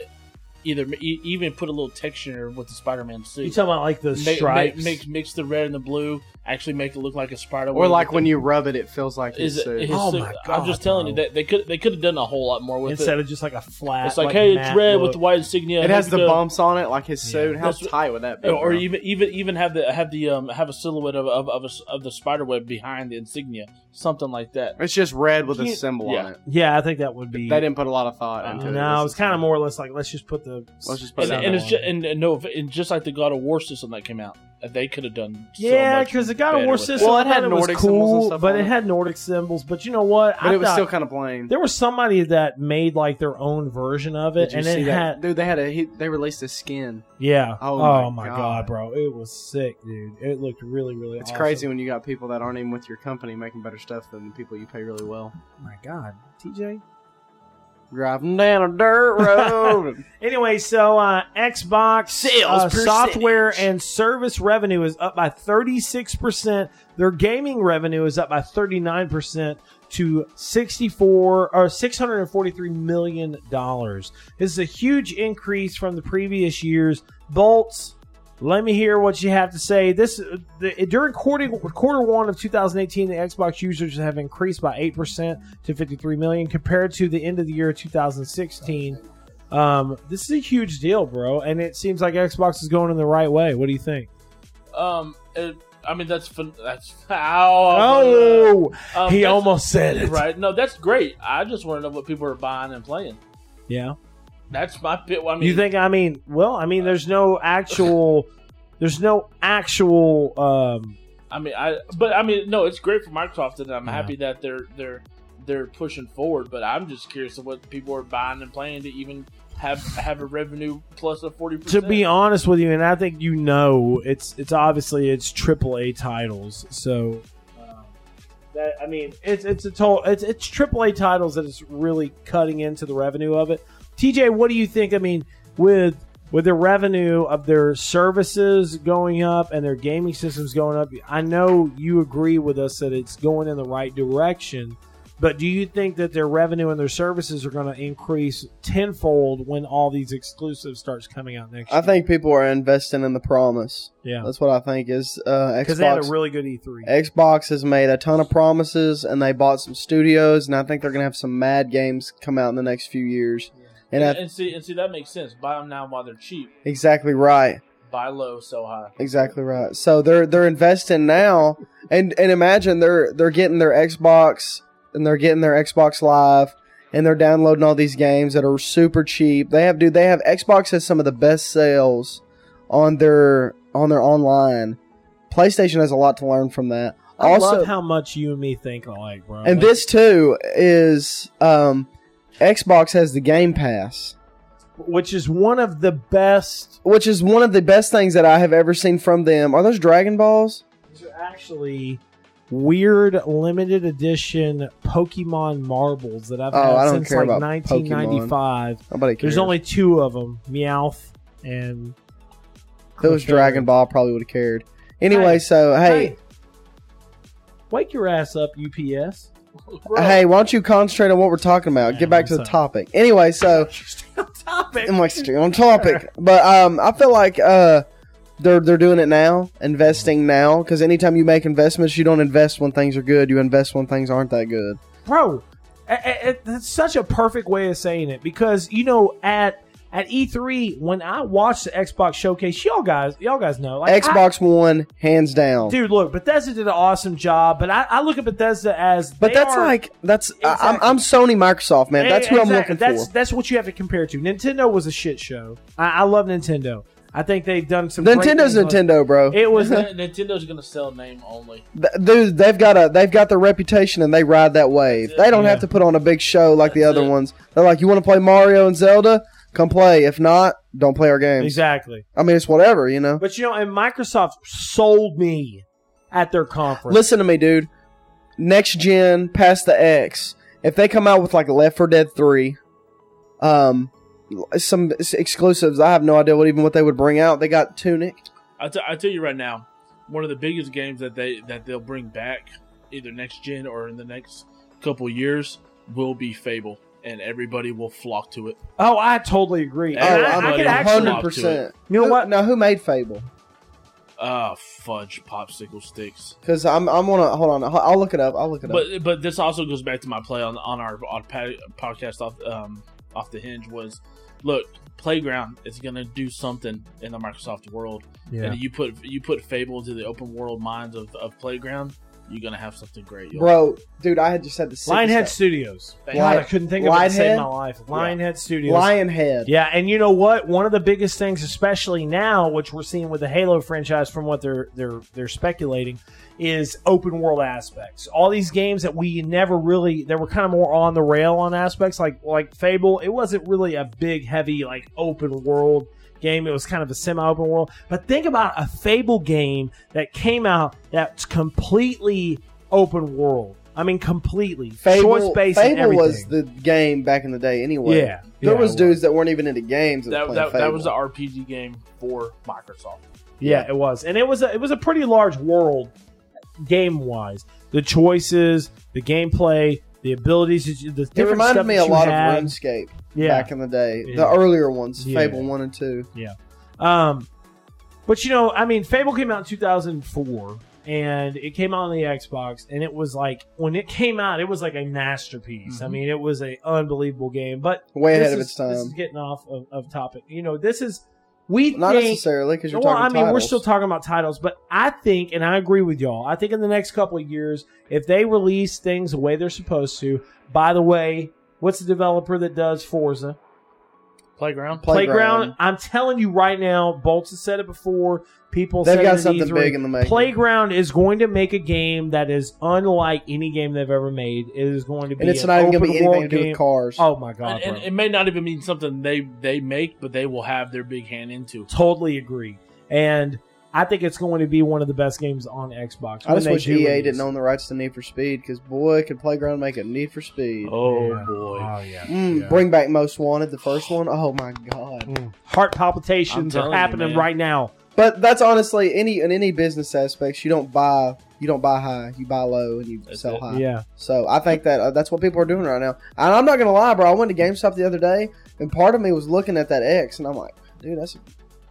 [SPEAKER 3] either e- even put a little texture with the Spider-Man
[SPEAKER 1] you
[SPEAKER 3] suit.
[SPEAKER 1] talking about like the
[SPEAKER 3] Ma- ma-
[SPEAKER 1] stripes?
[SPEAKER 3] mix mix the red and the blue. Actually, make it look like a spider.
[SPEAKER 2] Or like when you rub it, it feels like
[SPEAKER 3] is
[SPEAKER 2] it's
[SPEAKER 3] it-
[SPEAKER 2] suit.
[SPEAKER 3] his
[SPEAKER 1] Oh
[SPEAKER 3] suit-
[SPEAKER 1] my
[SPEAKER 3] I'm just
[SPEAKER 1] God,
[SPEAKER 3] telling
[SPEAKER 1] bro.
[SPEAKER 3] you that they could they could have done a whole lot more with
[SPEAKER 1] instead
[SPEAKER 3] it.
[SPEAKER 1] of just like a flat.
[SPEAKER 3] It's like, hey, it's
[SPEAKER 1] matte
[SPEAKER 3] red with
[SPEAKER 1] look.
[SPEAKER 3] the white insignia.
[SPEAKER 2] It has
[SPEAKER 3] Look
[SPEAKER 2] the
[SPEAKER 3] good.
[SPEAKER 2] bumps on it, like his
[SPEAKER 1] Yeah.
[SPEAKER 2] suit. How
[SPEAKER 3] That's-
[SPEAKER 2] tight would that be?
[SPEAKER 3] Or- or
[SPEAKER 2] bro?
[SPEAKER 3] even even even have the have the um have a silhouette of of of, a s of the spider web behind the insignia, something like that.
[SPEAKER 2] it's just red with a
[SPEAKER 1] Can't-
[SPEAKER 2] symbol
[SPEAKER 3] yeah.
[SPEAKER 2] on it.
[SPEAKER 1] Yeah, I think that would be.
[SPEAKER 2] They didn't put a lot of thought
[SPEAKER 3] Uh,
[SPEAKER 2] into it.
[SPEAKER 1] no,
[SPEAKER 2] This
[SPEAKER 1] it was
[SPEAKER 2] is-
[SPEAKER 1] kind of more or less like let's just put the.
[SPEAKER 2] Let's just put
[SPEAKER 1] But
[SPEAKER 3] And,
[SPEAKER 2] it out
[SPEAKER 1] that
[SPEAKER 3] and
[SPEAKER 2] there.
[SPEAKER 3] it's just and, and no, and just like the God of War system that came out, they could have done. so
[SPEAKER 1] Yeah,
[SPEAKER 3] much
[SPEAKER 1] because the God of
[SPEAKER 3] better
[SPEAKER 1] War
[SPEAKER 3] with it.
[SPEAKER 1] system.
[SPEAKER 2] Well,
[SPEAKER 1] I
[SPEAKER 2] it
[SPEAKER 1] thought
[SPEAKER 2] had
[SPEAKER 1] was
[SPEAKER 2] Nordic
[SPEAKER 1] cool,
[SPEAKER 2] symbols and stuff
[SPEAKER 1] but
[SPEAKER 2] on
[SPEAKER 1] it
[SPEAKER 2] it.
[SPEAKER 1] had Nordic symbols. But you know what?
[SPEAKER 2] but
[SPEAKER 1] I
[SPEAKER 2] it was
[SPEAKER 1] thought-
[SPEAKER 2] still kind of plain.
[SPEAKER 1] There was somebody that made like their own version of it,
[SPEAKER 2] Did you
[SPEAKER 1] and
[SPEAKER 2] see
[SPEAKER 1] it
[SPEAKER 2] that?
[SPEAKER 1] had
[SPEAKER 2] Dude, they had a he, they released a skin.
[SPEAKER 1] yeah.
[SPEAKER 2] Oh
[SPEAKER 1] my,
[SPEAKER 2] my
[SPEAKER 1] god.
[SPEAKER 2] God.
[SPEAKER 1] bro, it was sick, dude. It looked really, really.
[SPEAKER 2] It's
[SPEAKER 1] awesome.
[SPEAKER 2] crazy when you got people that aren't even with your company making better stuff than the people you pay really well.
[SPEAKER 1] Oh my god, TJ.
[SPEAKER 2] Driving down a dirt road.
[SPEAKER 1] Anyway, so uh, Xbox
[SPEAKER 2] Sales
[SPEAKER 1] uh, software and service revenue is up by 36%. Their gaming revenue is up by 39% to 64 or 643 million dollars. This is a huge increase from the previous years. Bolts, let me hear what you have to say. This the, during quarter quarter one of 2018, the Xbox users have increased by eight percent to 53 million compared to the end of the year 2016. Um, this is a huge deal, bro, and it seems like Xbox is going in the right way. What do you think?
[SPEAKER 3] Um, it, I mean that's fun, that's how
[SPEAKER 1] Oh, he almost said it.
[SPEAKER 3] right. No, that's great. I just want to know what people are buying and playing.
[SPEAKER 1] Yeah.
[SPEAKER 3] That's my pit. I mean,
[SPEAKER 1] you think? I mean, well, I mean, there's no actual, there's no actual. Um,
[SPEAKER 3] I mean, I but I mean, no, it's great for Microsoft, and I'm
[SPEAKER 1] Yeah.
[SPEAKER 3] happy that they're they're they're pushing forward. But I'm just curious of what people are buying and playing to even have have a revenue plus of forty
[SPEAKER 1] to
[SPEAKER 3] percent.
[SPEAKER 1] be honest with you, and I think you know, it's it's obviously it's AAA titles, so. um, That, I mean, it's it's a total it's it's AAA titles that is really cutting into the revenue of it. TJ, what do you think? I mean, with with the revenue of their services going up and their gaming systems going up, I know you agree with us that it's going in the right direction. But do you think that their revenue and their services are going to increase tenfold when all these exclusives starts coming out next
[SPEAKER 5] I
[SPEAKER 1] year?
[SPEAKER 5] think people are investing in the promise.
[SPEAKER 1] yeah,
[SPEAKER 5] That's what I think is uh,
[SPEAKER 1] because they had a
[SPEAKER 5] Xbox.
[SPEAKER 1] really good E E3.
[SPEAKER 5] Xbox has made a ton of promises, and they bought some studios, and I think they're gonna have some mad games come out in the next few years. And
[SPEAKER 3] and,
[SPEAKER 5] that's
[SPEAKER 3] and see and see that makes sense. Buy them now while they're cheap.
[SPEAKER 5] exactly right.
[SPEAKER 3] Buy low, sell high.
[SPEAKER 5] Exactly right. So they're they're investing now, and and imagine they're they're getting their Xbox and they're getting their Xbox Live, and they're downloading all these games that are super cheap. They have dude, they have Xbox has some of the best sales on their on their online. PlayStation has a lot to learn from that.
[SPEAKER 1] I
[SPEAKER 5] also,
[SPEAKER 1] love how much you and me think alike, bro.
[SPEAKER 5] and
[SPEAKER 1] Like,
[SPEAKER 5] this too is um, Xbox has the Game Pass.
[SPEAKER 1] which is one of the best.
[SPEAKER 5] Which is one of the best things that I have ever seen from them. Are those Dragon Balls?
[SPEAKER 1] These are actually weird limited edition Pokemon marbles that I've
[SPEAKER 5] Oh,
[SPEAKER 1] had
[SPEAKER 5] I don't
[SPEAKER 1] since
[SPEAKER 5] care
[SPEAKER 1] like
[SPEAKER 5] about
[SPEAKER 1] 1995.
[SPEAKER 5] Nobody cares.
[SPEAKER 1] There's only two of them: Meowth and
[SPEAKER 5] If it was
[SPEAKER 1] Clefairy.
[SPEAKER 5] Dragon Ball, I probably would have cared. Anyway,
[SPEAKER 1] Hey.
[SPEAKER 5] so hey,
[SPEAKER 1] Hey, Wake your ass up, UPS.
[SPEAKER 2] Hey, why don't you concentrate on what we're talking about?
[SPEAKER 1] Yeah,
[SPEAKER 2] Get back to the
[SPEAKER 1] so-
[SPEAKER 2] topic. Anyway, so
[SPEAKER 1] Topic.
[SPEAKER 2] I'm like stay on topic, but um, I feel like uh, they're they're doing it now, investing now, because anytime you make investments, you don't invest when things are good, you invest when things aren't that good.
[SPEAKER 1] bro a- a- a- that's such a perfect way of saying it because you know at at E3 when I watched the Xbox showcase y'all guys y'all guys know like, I-
[SPEAKER 2] Xbox One, hands down.
[SPEAKER 1] dude look Bethesda did an awesome job but I, I look at Bethesda as
[SPEAKER 2] but
[SPEAKER 1] they
[SPEAKER 2] that's
[SPEAKER 1] are-
[SPEAKER 2] like that's I, I'm,
[SPEAKER 1] Exactly.
[SPEAKER 2] I'm Sony Microsoft man.
[SPEAKER 1] Eh,
[SPEAKER 2] That's who I'm
[SPEAKER 1] exactly.
[SPEAKER 2] looking
[SPEAKER 1] that's,
[SPEAKER 2] for.
[SPEAKER 1] That's what you have to compare it to. Nintendo was a shit show. I, I love Nintendo. I think they've done some. great
[SPEAKER 2] Nintendo's
[SPEAKER 1] things on-
[SPEAKER 2] Nintendo, bro.
[SPEAKER 1] It was
[SPEAKER 3] Nintendo's gonna sell name only.
[SPEAKER 2] Th- Dude, they've got a they've got their reputation and they ride that wave. They don't have
[SPEAKER 1] Yeah.
[SPEAKER 2] to put on a big show like the
[SPEAKER 3] That's
[SPEAKER 2] other
[SPEAKER 3] it.
[SPEAKER 2] ones. They're like, you want to play Mario and Zelda? Come play. If not, don't play our games.
[SPEAKER 1] exactly.
[SPEAKER 2] I mean, it's whatever, you know.
[SPEAKER 1] But you know, and Microsoft sold me at their conference.
[SPEAKER 2] Listen to me, dude. Next gen, past the X. If they come out with like Left 4 Dead 3, um, some s- exclusives, I have no idea what even what they would bring out. They got Tunic.
[SPEAKER 3] I, t- I tell you right now, one of the biggest games that they that they'll bring back, either next gen or in the next couple years, will be Fable, and everybody will flock to it.
[SPEAKER 1] Oh, I totally agree.
[SPEAKER 3] Yeah,
[SPEAKER 1] And
[SPEAKER 2] oh,
[SPEAKER 1] I, I
[SPEAKER 3] I'm
[SPEAKER 1] could
[SPEAKER 3] a
[SPEAKER 1] actually.
[SPEAKER 3] hundred-
[SPEAKER 1] You know
[SPEAKER 2] Who-
[SPEAKER 1] what?
[SPEAKER 2] Now, who made Fable?
[SPEAKER 3] Ah, fudge popsicle sticks.
[SPEAKER 2] Because I'm I'm gonna hold on. I'll- I'll look it up. I'll look it up.
[SPEAKER 3] But but this also goes back to my play on on our on pa- podcast off um off the hinge was, look, Playground is gonna do something in the Microsoft world, and you put you put Fable into the open world minds of, of Playground, you're gonna have something great. You'll-
[SPEAKER 2] Bro, dude, I had just had the sickest
[SPEAKER 1] Lionhead Studios.
[SPEAKER 3] Thank
[SPEAKER 1] God,
[SPEAKER 2] you.
[SPEAKER 1] I couldn't think of it to save
[SPEAKER 2] Lionhead?
[SPEAKER 1] my life. Lionhead Studios.
[SPEAKER 2] Lionhead.
[SPEAKER 1] Yeah, and you know what? One of the biggest things, especially now, which we're seeing with the Halo franchise, from what they're they're they're speculating, is open world aspects. All these games that we never really they were kind of more on the rail on aspects, like like Fable. It wasn't really a big, heavy like open world game. It was kind of a semi open world. But think about a Fable game that came out that's completely open world. I mean, completely choice
[SPEAKER 2] Fable,
[SPEAKER 1] based. and
[SPEAKER 2] Fable was
[SPEAKER 1] everything.
[SPEAKER 2] the game back in the day anyway.
[SPEAKER 1] yeah.
[SPEAKER 2] There
[SPEAKER 1] yeah,
[SPEAKER 2] was
[SPEAKER 1] it
[SPEAKER 2] dudes that weren't even into games that,
[SPEAKER 3] that,
[SPEAKER 2] were playing
[SPEAKER 3] that, that
[SPEAKER 2] Fable.
[SPEAKER 3] was the RPG game for Microsoft.
[SPEAKER 1] Yeah, it was, and it was a, it was a pretty large world game wise. The choices, the gameplay, the abilities, that you- the
[SPEAKER 2] it
[SPEAKER 1] different
[SPEAKER 2] reminded
[SPEAKER 1] stuff
[SPEAKER 2] me
[SPEAKER 1] that
[SPEAKER 2] a
[SPEAKER 1] you
[SPEAKER 2] lot
[SPEAKER 1] had.
[SPEAKER 2] of RuneScape
[SPEAKER 1] Yeah,
[SPEAKER 2] back in the day. The
[SPEAKER 1] Yeah.
[SPEAKER 2] earlier ones,
[SPEAKER 1] Yeah.
[SPEAKER 2] Fable 1 and 2.
[SPEAKER 1] um, but you know, I mean, Fable came out in two thousand four, and it came out on the Xbox, and it was like when it came out, it was like a masterpiece. I
[SPEAKER 3] Mhm.
[SPEAKER 1] mean, it was an unbelievable game. But
[SPEAKER 2] Mm-hmm. Way
[SPEAKER 1] this
[SPEAKER 2] ahead of
[SPEAKER 1] is-
[SPEAKER 2] its
[SPEAKER 1] This is
[SPEAKER 2] time.
[SPEAKER 1] getting off of, of topic. You know, this is we
[SPEAKER 2] Not
[SPEAKER 1] think
[SPEAKER 2] necessarily, because you're
[SPEAKER 1] well,
[SPEAKER 2] talking
[SPEAKER 1] I mean, we're
[SPEAKER 2] titles.
[SPEAKER 1] still talking about titles, but I think, and I agree with y'all. I think in the next couple of years, if they release things the way they're supposed to, by the way, what's the developer that does Forza?
[SPEAKER 3] Playground.
[SPEAKER 1] Playground. I'm telling you right now, Bolts has said it before. People
[SPEAKER 2] They've
[SPEAKER 1] said
[SPEAKER 2] got
[SPEAKER 1] it at
[SPEAKER 2] something
[SPEAKER 1] E3.
[SPEAKER 2] big in the making.
[SPEAKER 1] Playground is going to make a game that is unlike any game they've ever made. It is going to be
[SPEAKER 2] and it's
[SPEAKER 1] an
[SPEAKER 2] not even going
[SPEAKER 1] open
[SPEAKER 2] to be anything to
[SPEAKER 1] world
[SPEAKER 2] do
[SPEAKER 1] game.
[SPEAKER 2] with cars.
[SPEAKER 1] Oh my god!
[SPEAKER 3] And, and
[SPEAKER 1] bro.
[SPEAKER 3] it may not even mean something they they make, but they will have their big hand into.
[SPEAKER 1] totally agree. And I think it's going to be one of the best games on Xbox.
[SPEAKER 2] I
[SPEAKER 1] when
[SPEAKER 2] just
[SPEAKER 1] they
[SPEAKER 2] wish
[SPEAKER 1] do
[SPEAKER 2] EA
[SPEAKER 1] release
[SPEAKER 2] didn't
[SPEAKER 1] it.
[SPEAKER 2] own the rights to Need for Speed, because boy, could Playground make it Need for Speed.
[SPEAKER 3] Oh
[SPEAKER 1] Yeah.
[SPEAKER 3] boy!
[SPEAKER 1] Oh yeah.
[SPEAKER 2] Mm,
[SPEAKER 1] Yeah.
[SPEAKER 2] Bring back Most Wanted, the first one. Oh my god!
[SPEAKER 1] Mm. Heart
[SPEAKER 3] I'm
[SPEAKER 1] palpitations
[SPEAKER 3] telling
[SPEAKER 1] are
[SPEAKER 3] you,
[SPEAKER 1] happening
[SPEAKER 3] man.
[SPEAKER 1] right now.
[SPEAKER 2] But that's honestly any in any business aspects. You don't buy you don't buy high, you buy low, and you
[SPEAKER 3] That's
[SPEAKER 2] sell
[SPEAKER 3] it.
[SPEAKER 2] high.
[SPEAKER 1] Yeah.
[SPEAKER 2] So I think that uh, that's what people are doing right now. And I'm not gonna lie, bro. I went to GameStop the other day, and part of me was looking at that X, and I'm like, dude, that's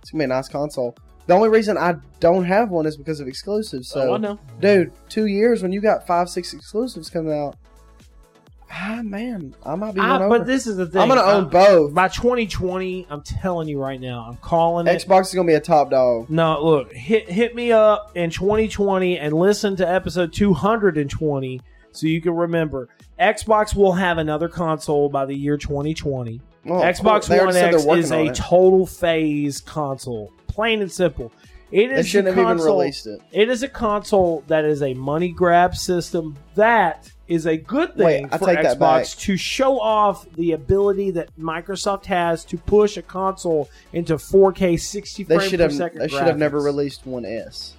[SPEAKER 2] it's gonna be a nice console. The only reason I don't have one is because of exclusives. So,
[SPEAKER 3] oh, I know.
[SPEAKER 2] dude, two years when you got five, six exclusives coming out, ah, man, I might be
[SPEAKER 1] I-
[SPEAKER 2] one over.
[SPEAKER 1] Ah, but this is the thing.
[SPEAKER 2] I'm gonna own
[SPEAKER 1] Uh,
[SPEAKER 2] both.
[SPEAKER 1] by 2020. I'm telling you right now. I'm calling it.
[SPEAKER 2] Xbox is gonna be a top dog.
[SPEAKER 1] No, look, hit hit me up in 2020 and listen to episode 220 so you can remember. Xbox will have another console by the year 2020.
[SPEAKER 2] Well, of course,
[SPEAKER 1] Xbox
[SPEAKER 2] Oh, they already
[SPEAKER 1] One
[SPEAKER 2] said they're
[SPEAKER 1] X
[SPEAKER 2] working
[SPEAKER 1] is
[SPEAKER 2] on
[SPEAKER 1] a
[SPEAKER 2] it.
[SPEAKER 1] total phase console, plain and simple. It
[SPEAKER 2] They
[SPEAKER 1] is the
[SPEAKER 2] shouldn't have even
[SPEAKER 1] console.
[SPEAKER 2] released it.
[SPEAKER 1] It is a console that is a money grab system. That is a good
[SPEAKER 2] Wait,
[SPEAKER 1] thing
[SPEAKER 2] I
[SPEAKER 1] for
[SPEAKER 2] take
[SPEAKER 1] Xbox
[SPEAKER 2] that back.
[SPEAKER 1] to show off the ability that Microsoft has to push a console into 4K 60
[SPEAKER 2] They
[SPEAKER 1] frames
[SPEAKER 2] should
[SPEAKER 1] per
[SPEAKER 2] have.
[SPEAKER 1] second.
[SPEAKER 2] They should have never
[SPEAKER 1] graphics.
[SPEAKER 2] released one S.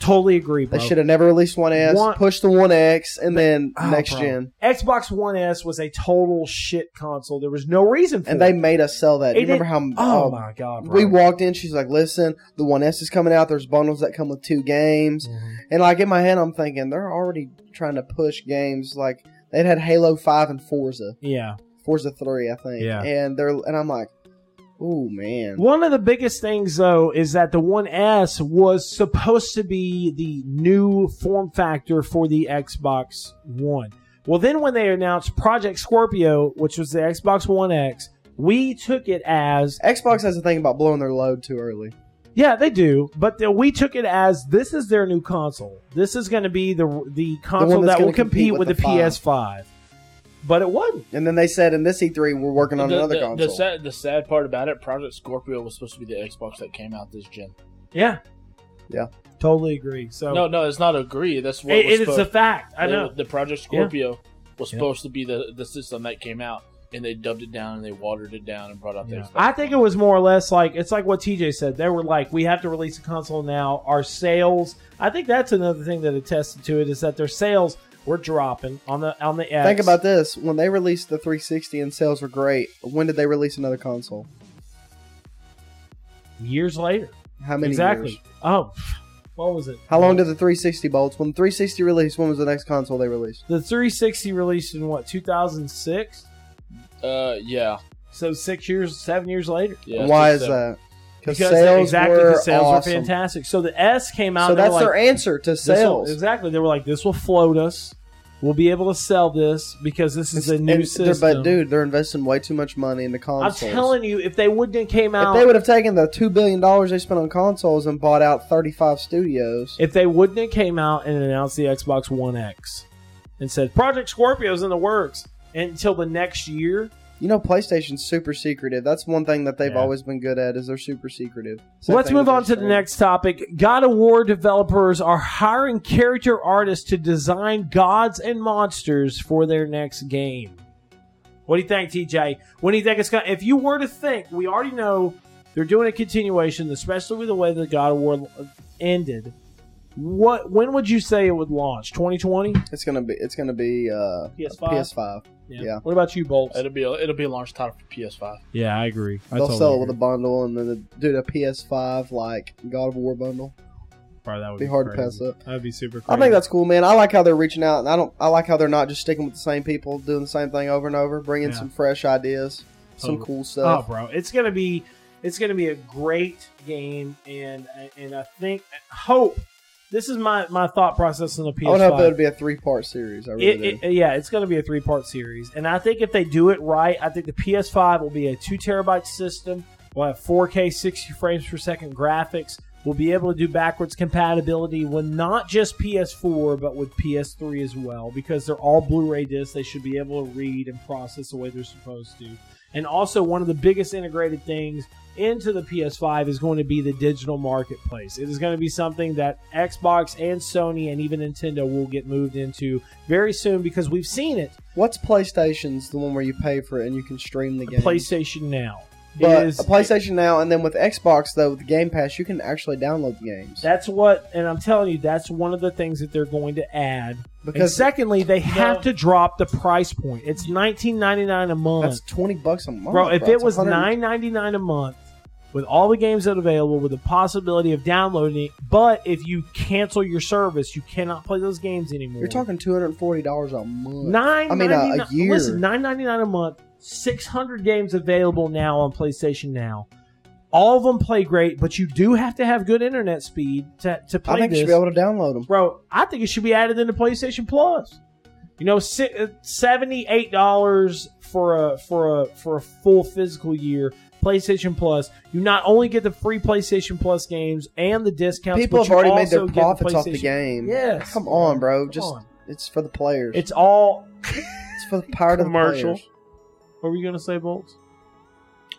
[SPEAKER 1] Totally agree, bro.
[SPEAKER 2] They should have never released One S.
[SPEAKER 1] One-
[SPEAKER 2] Push the One X, and then
[SPEAKER 1] Oh,
[SPEAKER 2] next
[SPEAKER 1] bro.
[SPEAKER 2] gen.
[SPEAKER 1] Xbox One S was a total shit console. There was no reason for
[SPEAKER 2] And
[SPEAKER 1] it.
[SPEAKER 2] they made us sell that.
[SPEAKER 1] It
[SPEAKER 2] you remember how?
[SPEAKER 1] Oh,
[SPEAKER 2] oh,
[SPEAKER 1] my god, bro.
[SPEAKER 2] we walked in. She's like, "Listen, the One S is coming out. There's bundles that come with two games."
[SPEAKER 1] Mm-hmm.
[SPEAKER 2] And like in my head, I'm thinking they're already trying to push games like they'd had Halo Five and Forza,
[SPEAKER 1] Yeah.
[SPEAKER 2] Forza Three, I think.
[SPEAKER 1] Yeah.
[SPEAKER 2] And they're and I'm like, "Ooh man,
[SPEAKER 1] One of the biggest things though is that the One S was supposed to be the new form factor for the Xbox One. Well, then when they announced Project Scorpio, which was the Xbox One X, we took it as
[SPEAKER 2] Xbox has a thing about blowing their load too early."
[SPEAKER 1] yeah, they do, but the, we took it as this is their new console. This is going to be the the console
[SPEAKER 2] that's
[SPEAKER 1] that will compete
[SPEAKER 2] gonna compete
[SPEAKER 1] with,
[SPEAKER 2] with
[SPEAKER 1] the
[SPEAKER 2] the
[SPEAKER 1] PS5.
[SPEAKER 2] five.
[SPEAKER 1] But it wasn't.
[SPEAKER 2] And then they said in this E3 we're working on
[SPEAKER 3] the,
[SPEAKER 2] another
[SPEAKER 3] the-
[SPEAKER 2] console.
[SPEAKER 3] The sad, the sad part about it, Project Scorpio was supposed to be the Xbox that came out this gen.
[SPEAKER 1] Yeah.
[SPEAKER 2] Yeah.
[SPEAKER 1] Totally agree. So
[SPEAKER 3] No, no, it's not agree. That's what
[SPEAKER 1] it,
[SPEAKER 3] was
[SPEAKER 1] it is
[SPEAKER 3] supposed-
[SPEAKER 1] a fact. I
[SPEAKER 3] they-
[SPEAKER 1] know.
[SPEAKER 3] the Project
[SPEAKER 1] Yeah.
[SPEAKER 3] Scorpio was
[SPEAKER 1] Yeah.
[SPEAKER 3] supposed to be the the system that came out, and they dubbed it down and they watered it down and brought out the. Xbox.
[SPEAKER 1] I think it was more or less like it's like what TJ said. They were like, we have to release a console now. Our sales. I think that's another thing that attested to it is that their sales were dropping on the on the X.
[SPEAKER 2] Think about this: when they released the 360 and sales were great, when did they release another console?
[SPEAKER 1] years later.
[SPEAKER 2] How many
[SPEAKER 1] exactly.
[SPEAKER 2] years?
[SPEAKER 1] Oh, what was it?
[SPEAKER 2] How long did the 360 bolts? When the 360 released, when was the next console they released?
[SPEAKER 1] the 360 released in what 2006?
[SPEAKER 3] Uh, yeah,
[SPEAKER 1] So six years, seven years later.
[SPEAKER 3] yeah.
[SPEAKER 2] Why is
[SPEAKER 3] so-
[SPEAKER 2] that?
[SPEAKER 1] Because exactly, 'cause sales were fantastic. So the S came out.
[SPEAKER 2] So
[SPEAKER 1] and they were
[SPEAKER 2] that's
[SPEAKER 1] like,
[SPEAKER 2] their answer to
[SPEAKER 1] This will-
[SPEAKER 2] sales.
[SPEAKER 1] exactly. They were like, this will float us. We'll be able to sell this because this is a
[SPEAKER 2] And
[SPEAKER 1] new
[SPEAKER 2] they're-
[SPEAKER 1] system.
[SPEAKER 2] But dude, they're investing way too much money in the
[SPEAKER 1] I'm
[SPEAKER 2] consoles.
[SPEAKER 1] telling you, if they wouldn't have came
[SPEAKER 2] if
[SPEAKER 1] out,
[SPEAKER 2] they would have taken the two billion dollars they spent on consoles and bought out 35 studios,
[SPEAKER 1] if they wouldn't have came out and announced the Xbox One X and said Project Scorpio's in the works until the next year,
[SPEAKER 2] you know PlayStation's super secretive. That's one thing that they've
[SPEAKER 1] Yeah.
[SPEAKER 2] always been good at is they're super secretive.
[SPEAKER 1] So
[SPEAKER 2] Same
[SPEAKER 1] Let's
[SPEAKER 2] thing
[SPEAKER 1] move
[SPEAKER 2] with
[SPEAKER 1] on to the
[SPEAKER 2] Extreme.
[SPEAKER 1] next topic. God of War developers are hiring character artists to design gods and monsters for their next game. What do you think, TJ? When do you think it's going? to If you were to think, we already know they're doing a continuation, especially with the way that God of War ended. What? When would you say it would launch? 2020?
[SPEAKER 2] It's gonna be it's gonna be uh,
[SPEAKER 1] PS5?
[SPEAKER 2] PS5. yeah.
[SPEAKER 1] What about you, Bolt?
[SPEAKER 3] It'll be a, it'll be a launch title for PS5.
[SPEAKER 1] Yeah, I agree.
[SPEAKER 2] They'll sell it with a bundle and then do the PS5 like God of War bundle.
[SPEAKER 1] that would
[SPEAKER 2] be be hard to crazy. pass up.
[SPEAKER 1] That'd be super.
[SPEAKER 2] I think that's cool, man. I like how they're reaching out, and I don't. I like how they're not just sticking with the same people, doing the same thing over and over, bringing
[SPEAKER 1] Yeah.
[SPEAKER 2] some fresh ideas, some
[SPEAKER 1] Totally.
[SPEAKER 2] cool
[SPEAKER 1] Oh,
[SPEAKER 2] stuff.
[SPEAKER 1] bro, it's gonna be it's gonna be a great game, and and I think hope this is my my thought process on the
[SPEAKER 2] I would hope it
[SPEAKER 1] PS5.
[SPEAKER 2] would be a three part series. I really
[SPEAKER 1] It,
[SPEAKER 2] do.
[SPEAKER 1] it- yeah, it's gonna be a three part series, and I think if they do it right, I think the PS5 will be a two terabyte system. We'll have 4K 60 frames per second graphics. We'll be able to do backwards compatibility with not just PS4, but with PS3 as well, because they're all Blu ray discs. They should be able to read and process the way they're supposed to. And also, one of the biggest integrated things into the PS5 is going to be the digital marketplace. It is going to be something that Xbox and Sony and even Nintendo will get moved into very soon because we've seen it.
[SPEAKER 2] What's PlayStation's the one where you pay for it and you can stream the game?
[SPEAKER 1] PlayStation Now.
[SPEAKER 2] but
[SPEAKER 1] is-
[SPEAKER 2] a PlayStation now, and then with Xbox though, with the Game Pass, you can actually download the games
[SPEAKER 1] That's what, and I'm telling you, that's one of the things that they're going to add. And
[SPEAKER 2] because
[SPEAKER 1] secondly, they have to drop the price point. It's 19.99 a
[SPEAKER 2] that's
[SPEAKER 1] month,
[SPEAKER 2] twenty bucks a month,
[SPEAKER 1] bro. If it
[SPEAKER 2] It's
[SPEAKER 1] was
[SPEAKER 2] 100
[SPEAKER 1] 9.99 a month with all the games that are available, with the possibility of downloading it, but if you cancel your service, you cannot play those games anymore.
[SPEAKER 2] you're talking two hundred and forty dollars a month.
[SPEAKER 1] nine.
[SPEAKER 2] I mean, a- a year.
[SPEAKER 1] Listen, 9.99 a month, 600 games available now on PlayStation Now. All of them play great, but you do have to have good internet speed to, to play
[SPEAKER 2] I think
[SPEAKER 1] this
[SPEAKER 2] you should be able to download them.
[SPEAKER 1] bro i think it should be added into playstation plus you know si- uh, $78 for a for a for a full physical year playstation plus you not only get the free playstation plus games and the discounts
[SPEAKER 2] People
[SPEAKER 1] but
[SPEAKER 2] have
[SPEAKER 1] you
[SPEAKER 2] already made
[SPEAKER 1] also
[SPEAKER 2] their
[SPEAKER 1] get
[SPEAKER 2] profits off the
[SPEAKER 1] PlayStation
[SPEAKER 2] game.
[SPEAKER 1] Yes.
[SPEAKER 2] Come on, bro.
[SPEAKER 1] Come
[SPEAKER 2] Just
[SPEAKER 1] on.
[SPEAKER 2] it's for the players. It's,
[SPEAKER 1] it's all
[SPEAKER 2] for the power of the
[SPEAKER 1] commercial.
[SPEAKER 2] players.
[SPEAKER 1] what were you gonna say bolts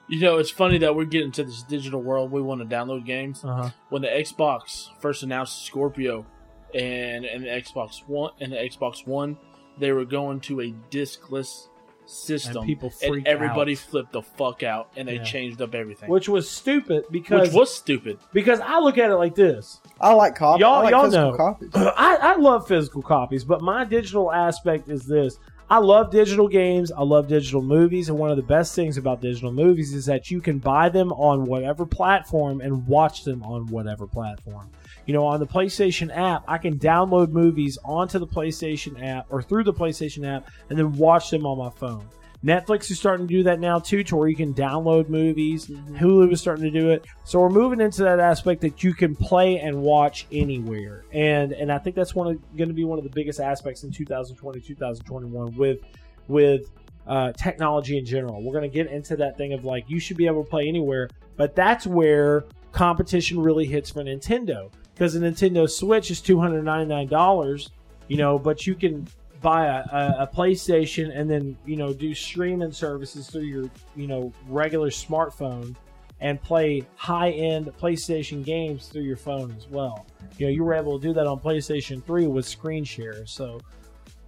[SPEAKER 3] You know, it's funny that we're getting to this digital world. We want to download games.
[SPEAKER 1] uh-huh
[SPEAKER 3] When the Xbox first announced Scorpio, and and the Xbox One and the Xbox One, they were going to a discless system,
[SPEAKER 1] And people
[SPEAKER 3] and
[SPEAKER 1] freaked
[SPEAKER 3] everybody
[SPEAKER 1] out.
[SPEAKER 3] flipped the fuck out, and they
[SPEAKER 1] Yeah.
[SPEAKER 3] changed up everything,
[SPEAKER 1] which was stupid because
[SPEAKER 3] which was stupid.
[SPEAKER 1] because I look at it like this.
[SPEAKER 5] I like copies.
[SPEAKER 1] Y'all-
[SPEAKER 5] I like
[SPEAKER 1] y'all
[SPEAKER 5] physical
[SPEAKER 1] know.
[SPEAKER 5] copies.
[SPEAKER 1] I, I love physical copies, but my digital aspect is this. I love digital games. I love digital movies. And one of the best things about digital movies is that you can buy them on whatever platform and watch them on whatever platform. You know, on the PlayStation app, I can download movies onto the PlayStation app or through the PlayStation app and then watch them on my phone. Netflix is starting to do that now too, to where you can download movies. Hulu is starting to do it. So we're moving into that aspect that you can play and watch anywhere. And and I think that's one of going to be one of the biggest aspects in 2020, 2021 with with uh, technology in general. We're going to get into that thing of like you should be able to play anywhere, but that's where competition really hits for Nintendo because a Nintendo Switch is two hundred ninety nine dollars, you know, but you can buy a, a, a PlayStation and then you know do streaming services through your you know regular smartphone and play high end PlayStation games through your phone as well. You know, you were able to do that on PlayStation 3 with screen share. So,